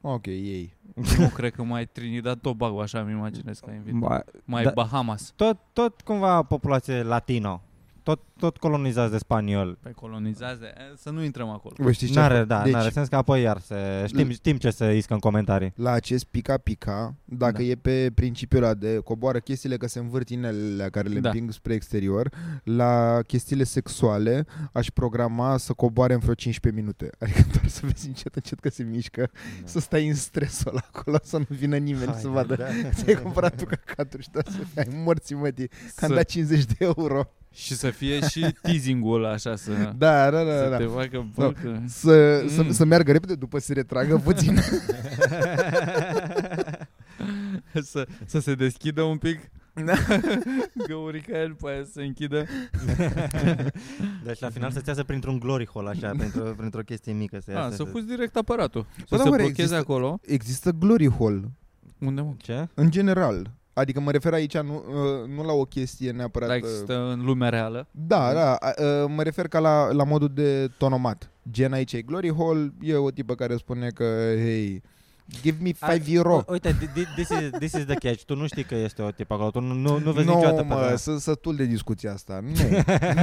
E: Ok, ei.
D: Nu cred că mai Trinidad Tobago, așa îmi imaginez că invit.
C: Ba-
D: Mai
C: da-
D: Bahamas,
C: Tot, tot cumva populație latino. Tot, tot colonizați de spaniol.
D: pe colonizați, de- eh, să nu intrăm acolo.
E: Vă știți ce a
C: N-are,
E: făcut?
C: da,
E: Deci,
C: n-are sens că apoi iar se... Știm,
E: L-
C: știm ce se iscă în comentarii.
E: la acest pica-pica, dacă
D: Da.
E: da. e pe principiul ăla de coboară chestiile că se învârt inelele care le
D: Da.
E: da. împing spre exterior, la chestiile sexuale aș programa să coboare în vreo 15 minute. Adică doar să vezi încet, încet că se mișcă, da. să stai în stresul ăla acolo, să nu vină nimeni Hai, să vadă. Da. Ți-ai cumpărat tu căcaturi și da, să fii ai morții mătii, că am
D: Să-
E: dat 50 de euro.
D: Și să fie și teasing-ul ăla, așa, să,
E: Da, da, da,
D: să
E: da.
D: te
E: da.
D: facă
E: Da.
D: bă, că...
E: Să, să,
D: Mm.
E: să meargă repede după să se retragă puțin.
D: să, să se deschidă un pic.
E: Da.
D: Găurica el, după aia să se închidă.
C: deci la final să-ți iasă printr-un glory hole așa, printr-o, printr-o chestie mică să
D: A,
C: iasă.
D: să Ah, pus direct aparatul. Să
E: da,
D: se
E: mă,
D: blocheze
E: există-
D: acolo.
E: Există glory hole
D: Unde mă?
C: Ce?
E: În general. Adică mă refer aici nu, uh, nu la o chestie neapărat.
D: Dar
E: uh,
D: există în lumea reală.
E: Da, da. a- uh, Mă refer ca la, la modul de tonomat. Gen aici e Glory Hall, e o tipă care spune că, hei, give me 5 euro.
C: U- Uite, di- di- this is, this is the catch. Tu nu știi că este o tip acolo. Tu nu, nu, nu vezi niciodată
E: Nu,
C: pe
E: mă,
C: ea.
E: sunt sătul de discuția asta.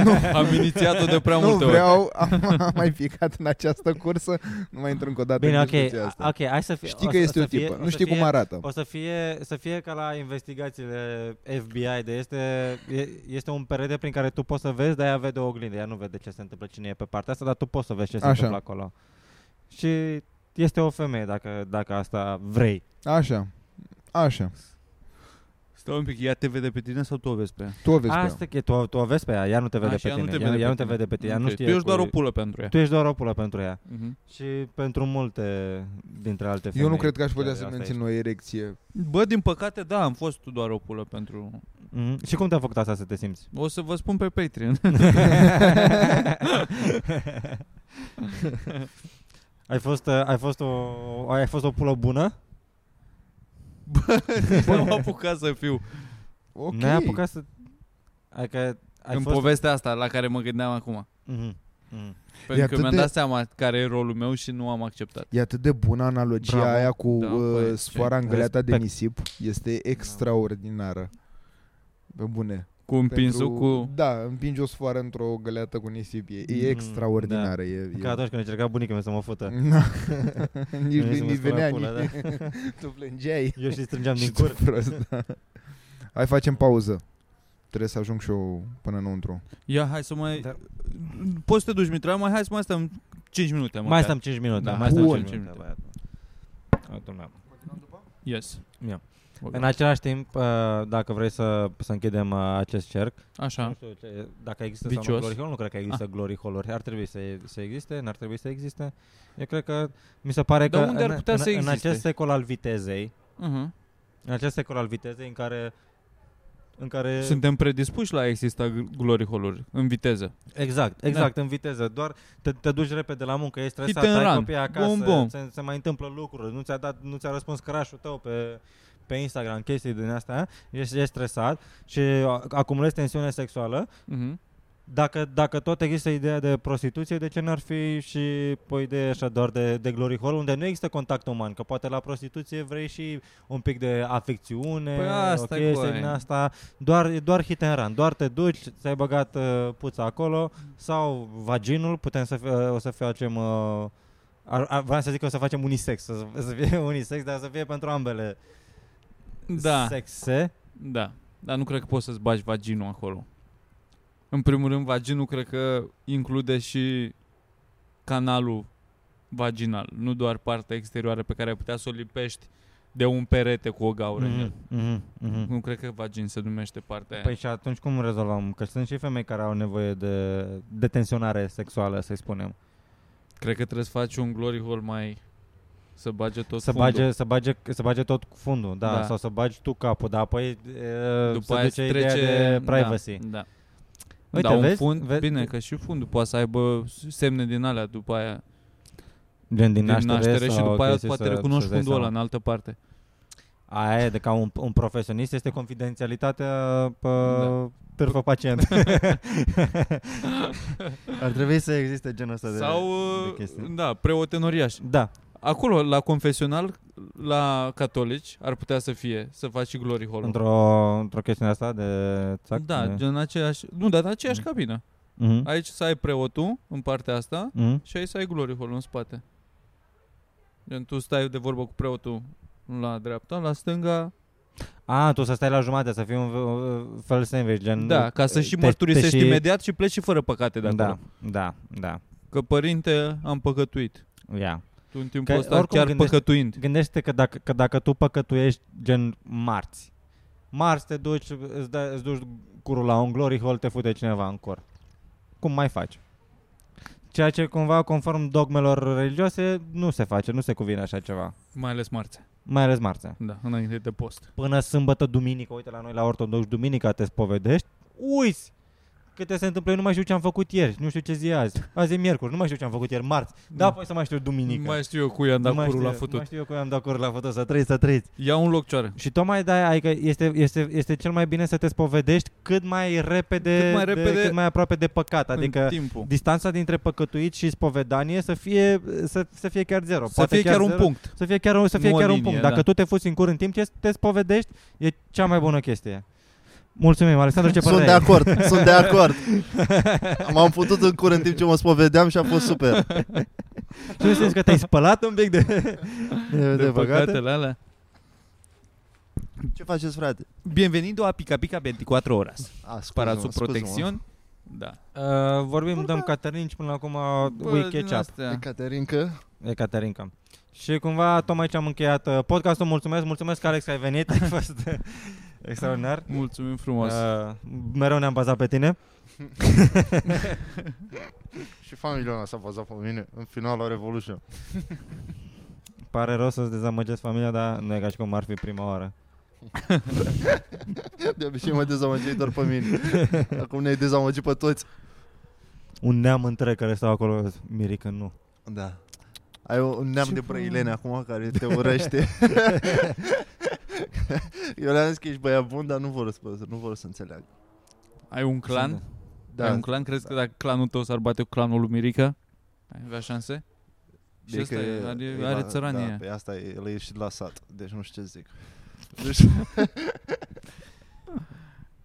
E: Nu,
D: Am inițiat-o de prea
E: nu
D: multe ori.
E: vreau, am, am mai picat în această cursă, nu mai intru încă o dată
C: Bine,
E: în
C: ok,
E: discuția asta.
C: ok, hai să fie.
E: Știi
C: o
E: că
C: să-
E: este
C: o
E: o
C: să fie-
E: tipă,
C: o
E: nu
C: să
E: știi
C: fie,
E: cum arată.
C: O să fie, să fie ca la investigațiile FBI, de este, e- este un perete prin care tu poți să vezi, dar ea vede o oglindă, ea nu vede ce se întâmplă, cine e pe partea asta, dar tu poți să vezi ce se
E: Așa.
C: întâmplă acolo. Și este o femeie, dacă, dacă asta vrei.
E: Așa, așa,
D: Stai un pic, ea te vede pe tine sau tu o vezi pe ea?
E: tu o vezi pe ea.
C: Asta e, tu, o- tu o vezi pe ea, ea nu te vede
D: Așa,
C: pe
D: ea
C: tine.
D: nu te vede
C: ea,
D: pe
C: ea nu te
D: tine.
C: vede pe tine, ea nu
D: Ok,
C: știe
D: Tu ești doar
C: cu-
D: o pulă pentru ea.
C: Tu ești doar o pulă pentru ea.
D: Mhm.
C: Și pentru multe dintre alte femei.
E: Eu nu cred că aș putea
C: care
E: să
C: Da, asta
E: mențin o erecție.
D: Bă, din păcate, da, am fost tu doar o pulă pentru...
C: ești. Mhm. Și cum te-a făcut asta să te simți?
D: O să vă spun pe Patreon.
C: ai fost, uh, ai fost o, ai fost o pulă bună?
D: Bă, nu am apucat să fiu.
E: Ok.
C: N-ai apucat să... Adică ai
D: Ai în fost...
C: fost...
D: povestea asta la care mă gândeam acum.
C: Mhm. Mhm.
D: Pentru că
E: atât
D: mi-am
E: de-
D: dat seama care e rolul meu și nu am acceptat.
E: E atât de bună analogia
D: Bravo.
E: Bravo. aia cu
D: Da,
E: da,
D: băi,
E: uh,
D: ce-
E: sfoara îngăleată de
C: respect. Da.
E: nisip. Este extraordinară. Pe bune.
D: Cu împinsul,
E: Pentru-
D: cu...
E: Da, împingi o sfoară într-o găleată cu nisip. E, e
C: Mm,
E: extraordinară. Da. E, e...
C: Ca atunci când încerca bunicul meu să mă fută.
E: Na. nici
C: Nici
E: nici,
C: nu
E: nici
C: mă spun la
E: venea,
C: pula, da.
E: nici... tu plângeai.
C: Eu și strângeam din
E: Și tu
C: cur.
E: prost, da. Hai, facem pauză. Trebuie să ajung și eu până înăuntru.
D: Ia, hai să mai...
C: Da.
D: Poți să te duci, Mitran, mai hai să mai stăm 5 minute.
C: Mai
D: măcar.
C: stăm 5 minute.
D: Da,
C: mai stăm
D: bun.
C: 5 minute. băiatul. Altul meu.
D: Yes.
C: Ia.
D: Bă,
C: În același timp, uh, dacă vrei să, să închidem uh, acest cerc, nu
D: Așa.
C: știu ce, dacă există sau nu
D: Da. Vicios. Ah.
C: glory hole, nu cred că există glory hole-uri. Ar trebui să, să existe, n-ar trebui să existe. Eu cred că mi se pare
D: Dar
C: că
D: unde ar
C: în,
D: putea
C: în,
D: să
C: în
D: existe?
C: acest secol al vitezei,
D: Uh-huh.
C: în acest secol al vitezei în care în care
D: Suntem predispuși la a exista gl- glory hole-uri în viteză.
C: Exact, exact, în viteză. Doar te, te duci repede la muncă, ești
D: Da. Hit
C: stresat,
D: and
C: ai
D: run.
C: copii acasă,
D: Bum, bum.
C: Se, se mai întâmplă lucruri, nu ți-a dat, nu ți-a răspuns crașul tău pe pe Instagram chestii din astea, ești, ești stresat și a- acumulezi tensiune sexuală,
D: Mhm.
C: dacă, dacă tot există ideea de prostituție, de ce n-ar fi și o idee așa doar de, de glory hole, unde nu există contact uman? Că poate la prostituție vrei și un pic de afecțiune,
D: Păi
C: o
D: asta e
C: chestie
D: coi.
C: din asta, doar, e doar hit and run, doar te duci, ți-ai băgat uh, puța acolo sau vaginul, putem să, fie- o să facem... Uh, ar, ar, vreau să zic că o să facem unisex, să, să fie unisex, dar să fie pentru ambele
D: Da,
C: sexe.
D: da. Dar nu cred că poți să-ți bagi vaginul acolo. În primul rând, vaginul cred că include și canalul vaginal, nu doar partea exterioară pe care ai putea să o lipești de un perete cu o gaură în el.
C: mhm, mhm.
D: Nu cred că vagin se numește partea
C: Păi
D: aia.
C: și atunci cum rezolvăm? Că sunt și femei care au nevoie de, de tensionare sexuală, să spunem.
D: Cred că trebuie să faci un glory hole mai... Să bage tot
C: Să
D: fundul.
C: bage, să, bage, să bage tot cu fundul, da,
D: Da.
C: da, sau să bagi tu capul, da. dar apoi După
D: După
C: se
D: aia
C: duce
D: trece
C: ideea de privacy. Da.
D: Da. da.
C: Uite,
D: da, un
C: vezi?
D: fund,
C: Ve-
D: bine, că și fundul poate să aibă semne din alea după aia,
C: Gen din
D: din naștere,
C: naștere,
D: și
C: sau
D: după aia
C: chestii
D: poate
C: să-
D: recunoști
C: să-ți dai
D: fundul ăla
C: seama.
D: în altă parte.
C: Aia e, de ca un, un profesionist este confidențialitatea pe
D: Da.
C: da. târfă pacient. Ar trebui să existe genul ăsta de...
D: Sau,
C: de chestii.
D: da, preotenoriaș.
C: Da,
D: Acolo, la confesional, la catolici, ar putea să fie, să faci și glory hall
C: într-o, într-o chestiune asta de... Țac,
D: Da,
C: de...
D: gen în aceeași, nu, dar în aceeași
C: Mm.
D: cabină.
C: Mhm.
D: Aici să ai preotul în partea asta
C: Mhm.
D: și aici să ai glory hall în spate. Gen, tu stai de vorbă cu preotul la dreapta, la stânga
C: A, tu să stai la jumate, să fii un uh, fel sandwich, gen...
D: Da, ca să
C: te-
D: și
C: te
D: mărturisești
C: și-
D: imediat și pleci și fără păcate de acolo.
C: Da,
D: Da.
C: da, da,
D: Că părinte, am păcătuit.
C: ia.
D: Tu în timpul
C: Că
D: ăsta
C: oricum
D: chiar
C: gândește-
D: păcătuind.
C: Gândește că dacă, că dacă tu păcătuiești gen marți, marți te duci, îți, dai, îți duci curul la un glory hole, te fute cineva în cor. Cum mai faci? Ceea ce cumva, conform dogmelor religioase, nu se face, nu se cuvine așa ceva.
D: Mai ales marțea.
C: Mai ales marțea.
D: Da, înainte de post.
C: Până sâmbătă, duminică, uite la noi la ortodox, duminica te spovedești, uiți câte se întâmplă, eu nu mai știu ce am făcut ieri, nu știu ce zi e azi. Azi e miercuri, nu mai știu ce am făcut ieri, marți. Da,
D: Nu.
C: apoi să mai știu
D: Nu
C: duminică.
D: mai știu eu cu i-am
C: Nu
D: dat
C: mai
D: curul
C: știu-
D: la
C: Nu
D: futut.
C: mai știu eu că am dat curul la fătut, să trăiți, să trăiți.
D: Ia un loc cioară.
C: Și tocmai de aia, adică este, este, este cel mai bine să te spovedești cât mai repede,
D: Cât mai repede-
C: de, cât mai aproape de păcat. Adică
D: în timpul.
C: distanța dintre păcătuit și spovedanie să fie, să, să fie chiar zero.
D: Să fie chiar un
C: zero,
D: punct.
C: Să fie chiar, să fie
D: Nu o
C: chiar un
D: linie,
C: punct.
D: da.
C: Dacă tu te fuți în cur în timp ce te spovedești, e cea mai bună chestie. Mulțumim, Alexandru, ce
G: Sunt
C: părere
G: de
C: ai?
G: acord, sunt de acord. M-am putut în curând timp ce mă spovedeam și a fost super.
C: Tu nu simți că te-ai spălat un pic de, de,
D: De
C: de păcate?
D: păcatele alea.
G: Ce faceți, frate?
D: Bienvenido a Pica Pica 24 horas.
G: A, scuze-mă,
D: Para su
G: scuze-mă.
D: protecțion. Da.
C: Uh, vorbim, dăm Caterinci până acum, we
D: din
C: catch up.
G: E
D: astea.
G: Caterinca.
C: Caterinca. Și cumva, tocmai ce am încheiat uh, podcastul, mulțumesc, mulțumesc Alex că ai venit, ai fost uh, extraordinar.
D: Mulțumim frumos.
C: Uh, mereu ne-am bazat pe tine.
G: Și familia mea s-a bazat pe mine în finala Revolution.
C: Pare rău să-ți dezamăgesc familia, dar nu e ca și cum ar fi prima oară.
G: De obicei mă dezamăgeai doar pe mine. Acum ne-ai dezamăgit pe toți.
C: Un neam întreg care stau acolo, mirică, nu.
G: Da. Ai un neam
D: Ce
G: de
D: bun.
G: brăilene acum care te urăște. Eu le-am zis că ești băiat bun, dar nu vor să, nu vor să înțeleagă.
D: Ai un clan? Ai
G: Da,
D: un clan? Crezi că dacă clanul tău s-ar bate cu clanul lui Mirica? Ai avea șanse?
G: Deci
D: Și asta e, are, are țăranie.
G: Da, pe asta e, el e ieșit la sat, deci nu știu ce zic. Deci,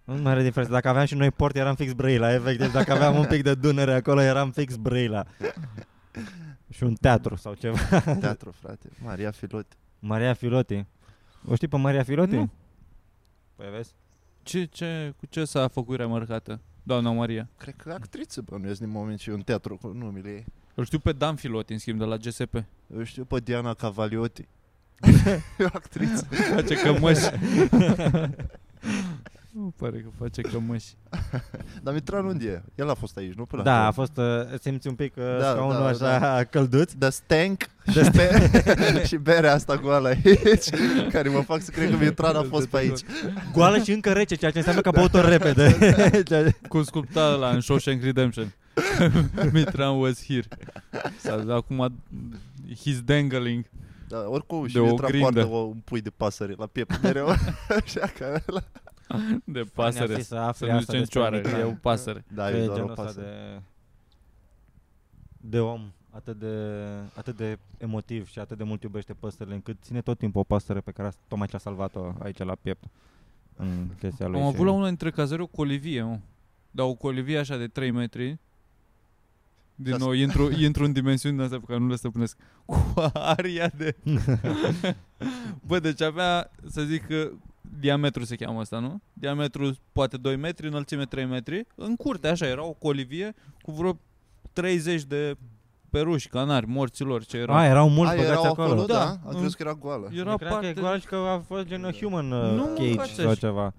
C: Nu mai are diferență. Dacă aveam și noi port, eram fix Brăila, efectiv. Dacă aveam un pic de Dunăre acolo, eram fix Brăila. și un teatru sau ceva.
G: teatru, frate. Maria Filot.
C: Maria Filoti. O știi pe Maria Filoti?
D: Nu.
C: Păi vezi?
D: Ce, ce, cu ce s-a făcut remarcată? Doamna Maria.
G: Cred că actriță bănuiesc din moment ce e un teatru cu numele ei.
D: Îl știu pe Dan Filot, în schimb, de la GSP.
G: Eu știu pe Diana Cavalioti. e o actriță.
D: Face cămăși. nu pare că face cămăși.
G: Dar Mitran unde e? El a fost aici, nu? Până
C: Da, a
G: acum.
C: fost, uh, simți un pic uh,
G: Da,
C: da, scaunul
G: da,
C: da, așa da. călduț.
G: The Stank și, be- și berea asta cu ala aici, care mă fac să cred că Mitran a fost pe aici.
C: Goală și încă rece, ceea ce înseamnă că a băut-o repede. Da. Ceea ce-
D: Cum sculpta la în Shawshank Redemption. Mitran was here. Sau acum he's dangling.
G: Da, oricum și
D: De o
G: Mitra
D: grindă.
G: poartă o, un pui de pasăre la piept mereu. Așa că ăla.
C: Păi
D: De
C: Fain ar
D: pasăre.
C: fi să afli
D: Să nu
C: asta
D: zicem
C: despre
D: cioară,
C: Mitra.
D: e o pasăre.
G: Da,
C: Că
G: e
C: e
G: doar o
C: genul ăsta
G: pasăre.
C: de, de om atât de, atât de emotiv și atât de mult iubește păsările încât ține tot timpul o păsăre pe care a- tocmai ce a salvat-o aici la piept în chestia lui.
D: Am
C: și-
D: avut la una dintre cazări o colivie, mă. Dar o colivie așa de 3 metri. Din
G: Și
D: nou, intru, intru în dimensiuni din astea pe care nu le stăpânesc. Cu aria de... Bă, deci avea, să zic, că diametru se cheamă asta, nu? Diametru poate 2 metri, înălțime 3 metri. În curte, așa, era o colivie cu vreo 30 de peruși, canari, morților, ce era.
C: A, Ah, erau mulți
G: A,
C: băgați
G: erau
C: acolo.
G: acolo, da?
D: Da.
G: Am crezut că era goală.
D: Era
C: Cred că e
D: parte
C: goal și că Adică a fost gen human uh,
D: Nu,
C: cage
D: frate,
C: sau
D: și-
C: ceva.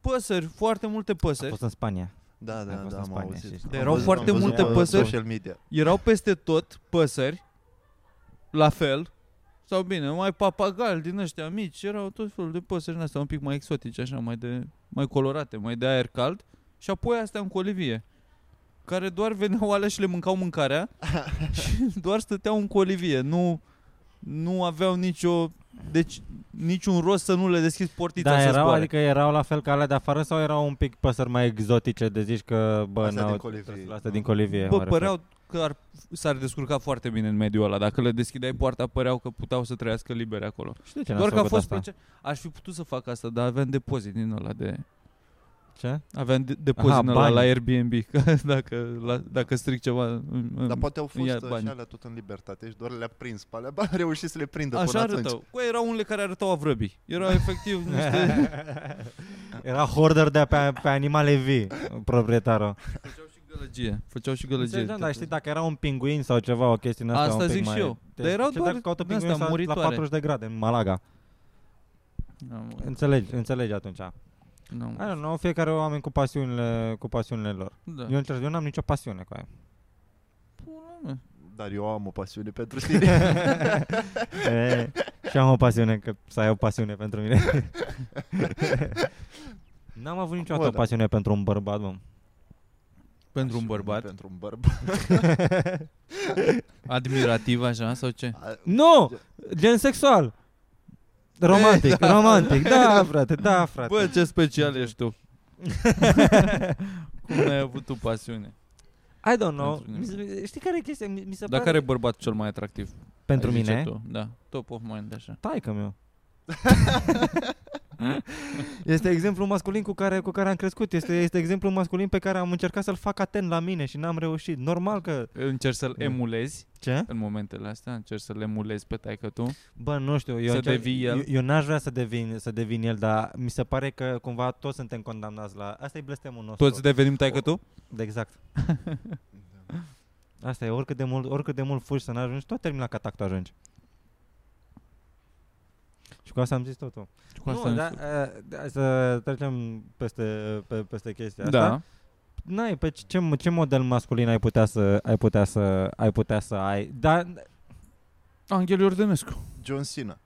D: păsări, foarte multe
C: A
D: păsări.
C: fost în Spania.
G: Da,
C: Ai
G: da,
C: fost
G: da,
C: în
G: am
C: Spania
G: auzit.
C: și-
G: Am
C: Dar
D: erau
G: văzut-
D: foarte
G: am văzut
D: multe
G: pe
D: păsări.
G: Social media.
D: Erau peste tot păsări, la fel, sau bine, mai papagal din ăștia mici, erau tot felul de păsări din astea un pic mai exotice, așa, mai, de, mai colorate, mai de aer cald. Și apoi astea în colivie, care doar veneau alea și le mâncau mâncarea și doar stăteau în colivie, nu, nu aveau nicio... Deci niciun rost să nu le deschizi portița
C: Da,
D: să
C: erau,
D: zboare.
C: adică erau la fel ca alea de afară sau erau un pic păsări mai exotice de zici că, bă,
G: Astea
C: n-au...
G: din colivie.
C: trebuie să- Astea din colivie. mă
D: Bă,
C: refer.
D: păreau că ar, s-ar descurca foarte bine în mediul ăla. Dacă le deschideai poarta, păreau că puteau să trăiască libere acolo.
C: Și de ce n-ați
D: Doar că a
C: făcut
D: fost
C: asta?
D: plăcere. Aș fi putut să fac asta, dar aveam depozit din ăla de...
C: Ce?
D: Aveam de, depozit
C: Aha,
D: din ăla
C: bani.
D: la Airbnb, că dacă, la, dacă stric ceva... îmi-
G: Dar
D: îmi-
G: poate au fost
D: Mm. ia
G: uh, și
D: bani.
G: alea tot în libertate și doar le-a prins pe alea. Ba, a reușit să le prindă
D: Așa
G: până atunci.
D: arătau. Cu erau unele care arătau avrăbii. Erau efectiv niște...
C: Era hoarder de pe, pe animale vii, proprietarul.
D: Făceau și gălăgie. Făceau și gălăgie.
C: Înțelegem, dar da, știi, dacă era un pinguin sau ceva, o chestie din asta,
D: Asta
C: un pic
D: zic și
C: mai...
D: eu.
C: Te-
D: Dar erau
C: ce
D: doar
C: dacă caută
D: din astea,
C: pinguin sau la
D: muritoare.
C: 40 de grade în Malaga?
D: Nu, mă,
C: Înțelegi, înțelegi atunci.
D: Mm.
C: I
D: nu, mă.
C: don't know, fiecare oameni cu pasiunile, cu pasiunile lor.
D: Da.
C: Eu încerc, eu n-am nicio pasiune cu aia.
D: Pula mea.
G: Dar eu am o pasiune pentru tine.
C: E, și am o pasiune, că să ai o pasiune pentru mine. n-am avut niciodată o
G: da.
C: pasiune pentru un bărbat, mă.
D: Pentru un bărbat.
G: pentru un bărbat.
D: Admirativ așa sau ce?
C: Nu! Gen sexual! Romantic, da. romantic, da frate, da frate.
D: Bă, ce special ești tu. Cum n-ai avut tu pasiune?
C: I don't know.
D: Pentru
C: Mi se, știi care e chestia? Mi, mi se
D: Dar
C: pare...
D: care e bărbatul cel mai atractiv?
C: Pentru
D: Ai zice
C: mine?
D: Tu? Da, top of mind așa.
C: Taică meu. este exemplu masculin cu care, cu care am crescut. Este, este exemplu masculin pe care am încercat să-l fac atent la mine și n-am reușit. Normal că...
D: Încerci să-l
C: Da.
D: emulezi
C: Ce?
D: în momentele astea? Încerci să-l emulezi pe taică tu?
C: Bă, nu știu. Eu,
D: Să
C: încerc-
D: devii el.
C: eu, eu n-aș vrea să devin, să devin el, dar mi se pare că cumva toți suntem condamnați la... Asta e blestemul nostru.
D: Toți devenim taică tu?
C: De exact. Asta e, oricât de mult, oricât de mult fugi să n-ajungi, tot termin la catac tu ajungi. Și cu asta am zis totul.
D: Cu asta
C: Nu,
D: nu
C: dar
D: știu.
C: uh, da, să trecem peste, uh, pe, peste chestia asta.
D: da.
C: N-ai, pe ce- ce, ce model masculin ai putea să ai putea să ai putea să ai? Da, Dar
D: Angel Iordănescu.
G: John Cena.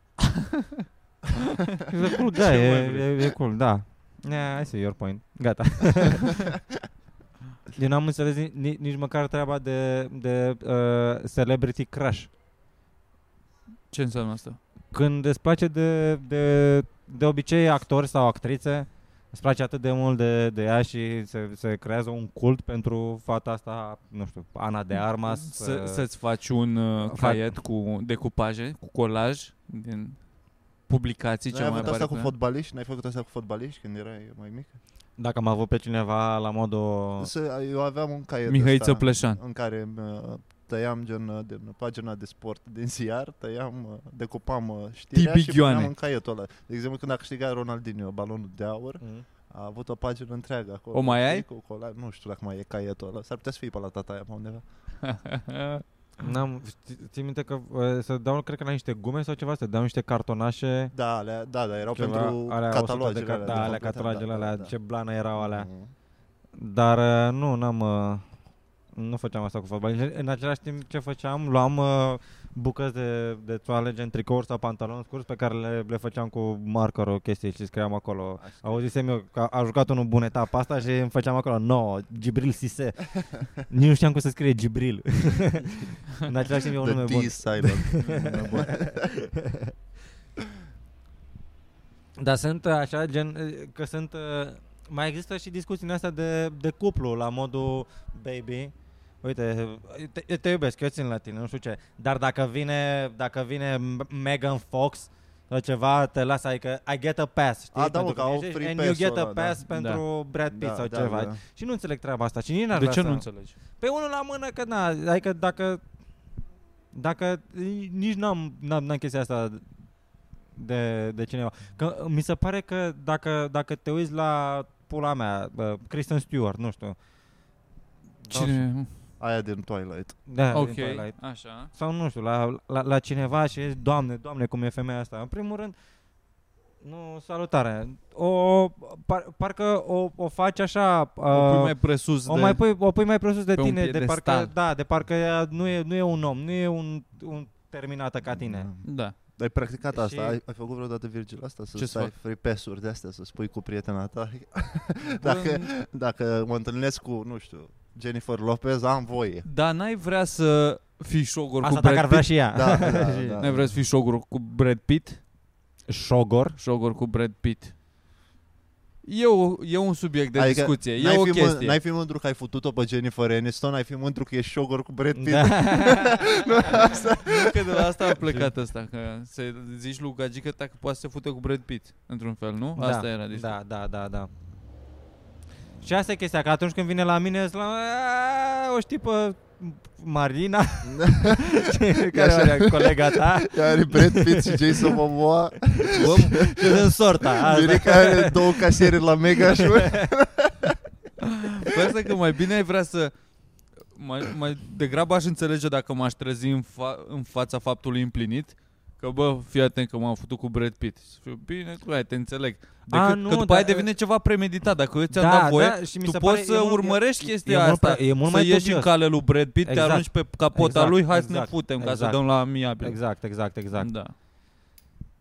C: e cool, da,
D: mai
C: e,
D: vrei?
C: e, e cool, da. Yeah, I see your point. Gata. Eu n-am înțeles ni- ni- nici măcar treaba de, de uh, celebrity crush.
D: Ce înseamnă asta?
C: când îți place de, de, de obicei actori sau actrițe, îți place atât de mult de, de ea și se, se creează un cult pentru fata asta, nu știu, Ana de Armas.
D: Mm. Să,
C: uh,
D: să-ți faci un uh,
C: fac-
D: caiet cu decupaje, cu colaj din publicații
G: N-ai
C: Da,
D: ce mai
G: avut
D: apare
G: asta cu
D: ea?
G: fotbaliști? N-ai făcut asta cu fotbaliști când erai mai mic?
C: Dacă am avut pe cineva la modul...
G: Să, eu aveam un caiet
D: Mihăiță
G: ăsta
D: Pleșan.
G: în care uh, tăiam gen uh, din pagina de sport din ziar, tăiam, uh, decupam uh, știrea
D: Tipi
G: și
D: Ghioane.
G: puneam în caietul ăla. De exemplu, când a câștigat Ronaldinho balonul de aur,
C: Mm.
G: a avut o pagină întreagă acolo.
D: O mai
G: Știi,
D: ai?
G: Cu, cu, ăla- nu știu dacă mai e caietul ăla. S-ar putea să fie pe la tata aia pe undeva.
C: N-am, ști- ții minte că uh, să dau, cred că la niște gume sau ceva, să dau niște cartonașe...
G: Da, alea, da, da, erau
C: ceva,
G: pentru
C: alea 100 de
G: catalogele
C: car- Da, alea
G: completat,
C: catalogele alea, ce blană erau alea.
G: Mhm.
C: Dar uh, nu, n-am... uh, Nu făceam asta cu fotbal. În- În același timp ce făceam, luam uh, bucăți de, de toale, gen tricouri sau pantaloni scurți pe care le, le făceam cu marker o chestie și scriam acolo. Auzisem eu că a jucat unul bun etapa asta și îmi făceam acolo, no, Gibril Sise. Nici nu știam cum să scrie Gibril. În același timp e un nume
G: The T
C: bun.
G: is silent. Nume bun.
C: Dar sunt uh, așa, gen, uh, că sunt... uh, Mai există și discuțiile astea de, de cuplu, la modul baby. Uite, te, te iubesc, eu țin la tine, nu știu ce. Dar dacă vine, dacă vine M- Megan Fox sau ceva, te lasă, adică I get a pass, știi?
G: A, da, mă,
C: Pentru
G: că
C: că
G: au
C: ești-
G: free
C: And you
G: pass-ul
C: get a
G: ăla, da.
C: pass pentru Brad Pitt
G: Da,
C: sau
G: da,
C: ceva.
G: da.
C: Și nu înțeleg treaba asta. Și nici n-ar
D: De
C: vrea
D: ce
C: să-
D: nu înțelegi?
C: Pe unul la mână, că na, adică dacă... Dacă nici n-am, n-am, n-am chestia asta de, de cineva. Că mi se pare că dacă, dacă te uiți la pula mea, bă, Kristen Stewart, nu știu.
D: Cine?
G: Aia din Twilight.
C: Da, din
D: Ok,
C: Twilight.
D: așa.
C: Sau nu știu, la, la, la cineva și ești, doamne, doamne, cum e femeia asta. În primul rând, nu, salutare. O, par, parcă o, o faci așa...
D: O pui
C: uh,
D: mai presus
C: O
D: de...
C: mai pui, o pui mai presus de
D: pe un
C: tine, de parcă,
D: piedestal.
C: da, de parcă ea nu e, nu e un om, nu e un, un terminată ca tine.
D: Da.
G: Ai practicat
C: Și-
G: asta? Ai, ai făcut vreodată Virgil asta? Să
D: Ce
G: Ce
D: să
G: stai
D: fac?
G: free pass-uri de astea, să spui cu prietena ta? dacă, dacă mă întâlnesc cu, nu știu, Jennifer Lopez, am voie.
D: Dar n-ai vrea să fii șogor
C: Asta
D: cu
C: dacă ar
D: Brad
C: vrea
D: Pitt?
C: și ea.
G: Da, da, da.
D: N-ai vrea să fii șogor cu Brad Pitt?
C: Șogor.
D: da. Șogor cu Brad Pitt. E, o, e un subiect de
G: Adică
D: discuție, e
G: n-ai
D: o
G: fi mân-
D: chestie.
G: N-ai fi mândru că ai futut-o pe Jennifer Aniston, ai fi mândru că ești șogor cu Brad Pitt.
C: Da.
D: Nu, că de la asta a plecat asta, că să zici lui Gagică ta că poate să se fute cu Brad Pitt, într-un fel, nu?
C: Da,
D: Asta era, deci
C: Da, da, da, da. Și asta e chestia, că atunci când vine la mine, îți la, "Aaa, o știi pe Marina,
D: Da.
C: care
G: așa.
C: are colega ta,
G: Ea Are Brad Pitt și Jason Momoa.
C: bă, și în sorta. Asta.
G: Mirica are două casiere la Mega și
D: Pe Păi asta că mai bine ai vrea să... Mai, mai degrabă aș înțelege dacă m-aș trezi în, fa- în fața faptului împlinit Că bă, fii atent că m-am făcut cu Brad Pitt Să fiu bine, clar, te înțeleg Decât,
C: nu,
D: nu, Că după
C: dar-
D: aia devine ceva premeditat Dacă eu ți-am
C: Da,
D: dat voie,
C: da, și mi
D: tu
C: se
D: poți
C: pare- e
D: să
C: mult-
D: urmărești
C: e-
D: chestia
C: e mult
D: asta
C: pre- e mult
D: Să
C: mai
D: ieși în
C: dubios.
D: calea lui Brad Pitt,
C: Exact.
D: te arunci pe capota
C: Exact,
D: lui Hai să ne
C: exact,
D: futem ca
C: exact.
D: să dăm la amiabil
C: Exact, exact, exact.
D: Da.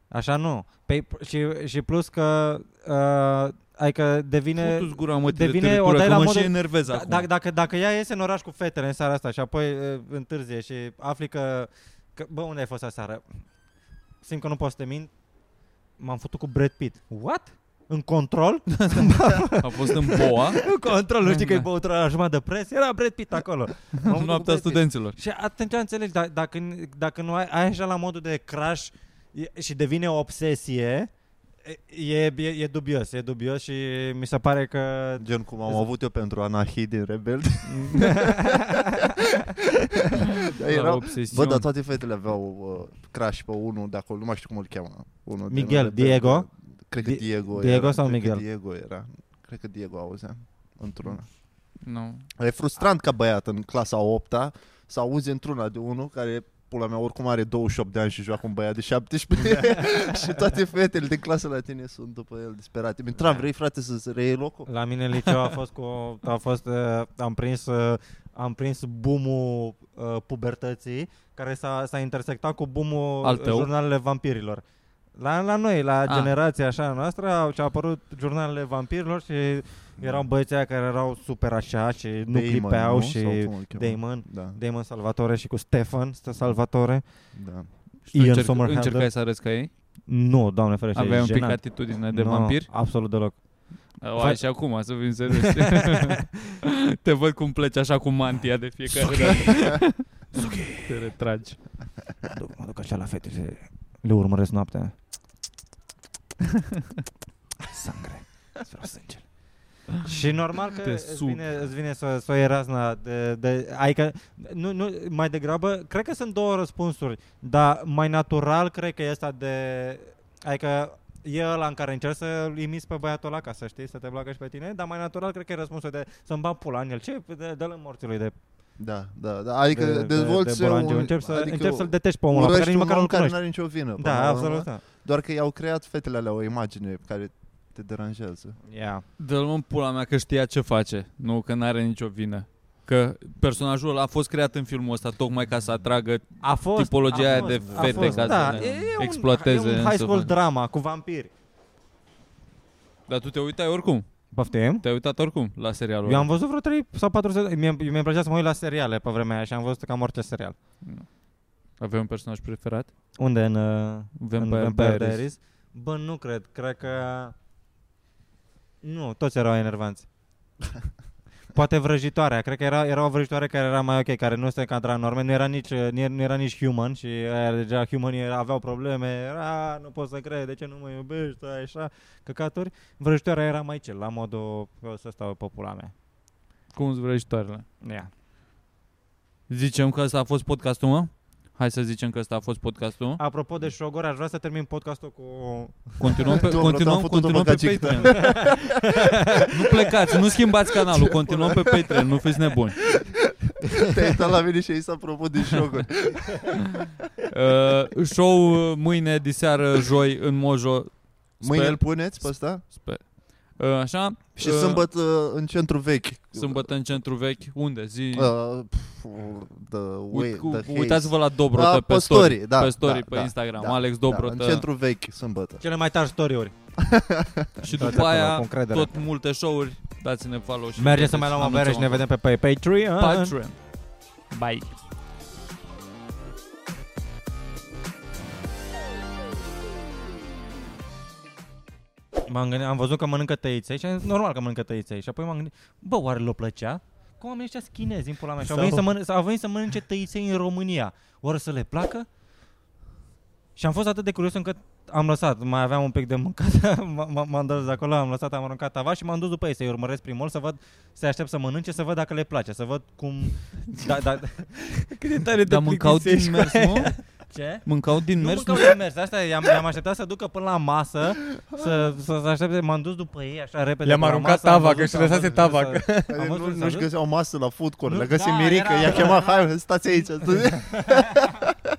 C: Așa nu. Pe, și, și plus că, uh, adică devine...
D: Putu-ți gura, mă,
C: devine-
D: devine,
C: o dai
D: că
C: la
D: mă
C: modul-
D: și enervez
C: Da,
D: acum
C: dacă, dacă, dacă ea iese în oraș cu fetele în seara asta și apoi uh, întârzie și afli că, că... Bă, unde ai fost aseară? Simt că nu pot să te mint. M-am făcut cu Brad Pitt. What? În control? da.
D: A fost în boa,
C: în control, nu știi că e băutura la jumătate de pres? Era Brad Pitt acolo. M-am făcut cu Brad
D: noaptea
C: Pitt.
D: studenților
C: Și atunci înțelegi, da- dacă, dacă nu ai, ai așa la modul de crash e- și devine o obsesie, e, e, e dubios, e dubios și mi se pare că...
G: Gen cum am avut eu pentru Anahi din Rebel. Da, erau, bă,
D: obsesiune.
G: dar toate fetele aveau uh, crash pe unul de acolo, nu mai știu cum îl cheamă. Unul din
C: Miguel,
G: Rebel.
C: Diego?
G: Cred că
C: Di-
G: Diego
C: Diego
G: era,
C: sau
G: cred
C: Miguel?
G: Că Diego era. Cred că Diego auzea într-una.
D: Nu.
G: E frustrant ca băiat în clasa 8 -a, să auzi într-una de unul care pula mea oricum are 28 de ani și joacă un băiat de 17 și toate fetele din clasă la tine sunt după el disperate. Mitra,
C: Da.
G: vrei frate să-ți reiei locul?
C: La mine în liceu a fost cu... A fost, uh, am prins... Uh, am prins boom-ul uh, pubertății care s-a, s-a intersectat cu boom-ul
D: Al tău?
C: jurnalele vampirilor. La, la noi, la
D: Ah.
C: generația așa noastră, au și-au apărut jurnalele vampirilor și erau băieții aia care erau super așa și nu
G: Damon,
C: clipeau
G: nu?
C: și
G: Sau cum îl cheamă?
C: Damon,
G: Da,
C: Damon Salvatore și cu Stefan St- Salvatore.
G: da.
D: Și tu
C: Ian
D: încerc-
C: Somerhalder.
D: încercai să arăți ca ei?
C: Nu, doamne ferește,
D: Aveai
C: e
D: un pic
C: jenant.
D: atitudine de
C: Nu,
D: vampir?
C: Absolut deloc.
D: O, ai și acum, să fim serios. Te văd cum pleci așa cu mantia de fiecare dată. Te retragi.
C: Mă duc, mă duc așa la fete și le urmăresc noaptea. Sangre. Îți vreau sângele. Și normal că
D: Te
C: îți
D: sug.
C: vine, îți vine să, să o iei razna de, de, adică, nu, nu, mai degrabă, cred că sunt două răspunsuri, dar mai natural cred că e asta de, adică e ăla în care încerci să-l imiți pe băiatul ăla ca să știi, să te placă și pe tine, dar mai natural cred că e răspunsul de să-mi bag pula în el, ce, de, de morțului de
G: Da, da, da. Adică
C: de,
G: dezvolți
C: de, de un, încep să, adică încep să-l detești pe omul ăla, pe care
G: urăști
C: nici
G: un
C: măcar
G: om
C: nu-l
G: care
C: cunoști.
G: nu are nicio vină. până
C: Da,
G: la urmă,
C: absolut. Da.
G: Doar că i-au creat fetele alea o imagine care te deranjează.
C: Yeah.
D: Dă-l mă în pula mea că știa ce face. Nu, că n-are nicio vină. Că personajul ăla a fost creat în filmul ăsta tocmai ca să atragă
C: A fost,
D: Tipologia
C: a
D: aia
C: fost,
D: de
C: a
D: fete
C: fost,
D: ca
C: da,
D: să ne
C: e, e
D: exploateze
C: Un, e
D: în
C: un high
D: să
C: school
D: fac-
C: drama cu vampiri.
D: Dar tu te uitai oricum
C: Poftim?
D: Te-ai uitat oricum la serialul
C: Eu
D: ăla.
C: am văzut vreo 3 sau 4 sezon. Mie, mie îmi plăcea să mă uit la seriale pe vremea aia și am văzut cam orice serial.
D: Aveai un personaj preferat?
C: Unde? În, uh,
D: Vampire,
C: în Vampire
D: Diaries.
C: Diaries. Bă, nu cred. Cred că... Nu, toți erau enervanți. Poate vrăjitoarea. Cred că era, era o vrăjitoare care era mai ok, care nu se încadra în norme. Nu era nici, uh, nu era nici human și aia deja human era, aveau probleme. Era, "Ah, nu pot să cred, de ce nu mă iubești, stai așa, căcaturi. Vrăjitoarea era mai cel, la modul "Eu să stau pe pula mea.
D: Cum îți vrei și toarele?
C: Ia.
D: Zicem că ăsta a fost podcastul, mă? Hai să zicem că ăsta a fost podcastul. mă?
C: Apropo de șogori, aș vrea să termin podcastul cu
D: Continuăm pe,
G: Domnul,
D: continuăm,
G: te-am făcut
D: continuăm pe
G: un bagagic,
D: Patreon. nu plecați, nu schimbați canalul, continuăm pe Patreon, nu fiți nebuni.
G: Te-ai uitat la mine și ai s-a propus de jocuri.
D: Uh, show uh, mâine, diseară, joi, în Mojo.
G: Mâine
D: Sper,
G: îl puneți pe ăsta?
D: sper. Uh, așa?
G: Și
D: uh,
G: sâmbătă în centru vechi.
D: Sâmbătă în centru vechi. Unde? Zi...
G: Uh, pf, the way,
D: Uit, cu,
G: the haze.
D: uitați-vă la Dobrotă
G: Ah,
D: pe story, da, pe, story,
G: da,
D: pe
G: da,
D: Instagram,
G: da,
D: Alex
G: Da,
D: Dobrotă.
G: în centru vechi, sâmbătă.
C: cele mai tari story-uri.
D: și
G: Da,
C: Uitați
D: după
C: acolo,
D: aia
C: cu încredere.
D: tot multe show-uri. Dați-ne follow și
C: Mergem să mai luăm o bere și ne vedem pe, pe Patreon.
D: Patreon. Bye.
C: M-am gândit, am văzut că mănâncă tăiței și am zis, normal că mănâncă tăiței. Și apoi m-am gândit, bă, oare le plăcea? Cum oamenii ăștia sunt chinezi din pula mea și au
G: Sau-
C: venit, să mănânce, au venit să mănânce tăiței în România. Oare să le placă? Și am fost atât de curios încât am lăsat, mai aveam un pic de mâncat, m- m- m-am dus de acolo, am lăsat, am aruncat tava și m-am dus după ei să-i urmăresc primul, să văd, să-i aștept să mănânce, să văd dacă le place, să văd cum... Da, da, Cât de tare
D: Dar mâncau din mers, nu?
C: Ce?
D: Mâncau din
C: Nu
D: mers,
C: mâncau
D: nu?
C: din mers, asta e, i-am, i-am așteptat să ducă până la masă, să, să, să aștepte, m-am dus după ei așa repede.
H: Le-am
C: până la
H: aruncat
C: masă, am
H: tava,
C: văzut,
H: că și
C: am
H: lăsase
C: văzut,
H: tava,
C: am văzut, am
G: Păi Nu,
C: văzut,
G: nu-și
C: am văzut.
G: găseau masă la food court,
C: Nu,
G: le găsi
C: da,
G: Mirica,
C: era-
G: i-a chemat, hai, stați aici.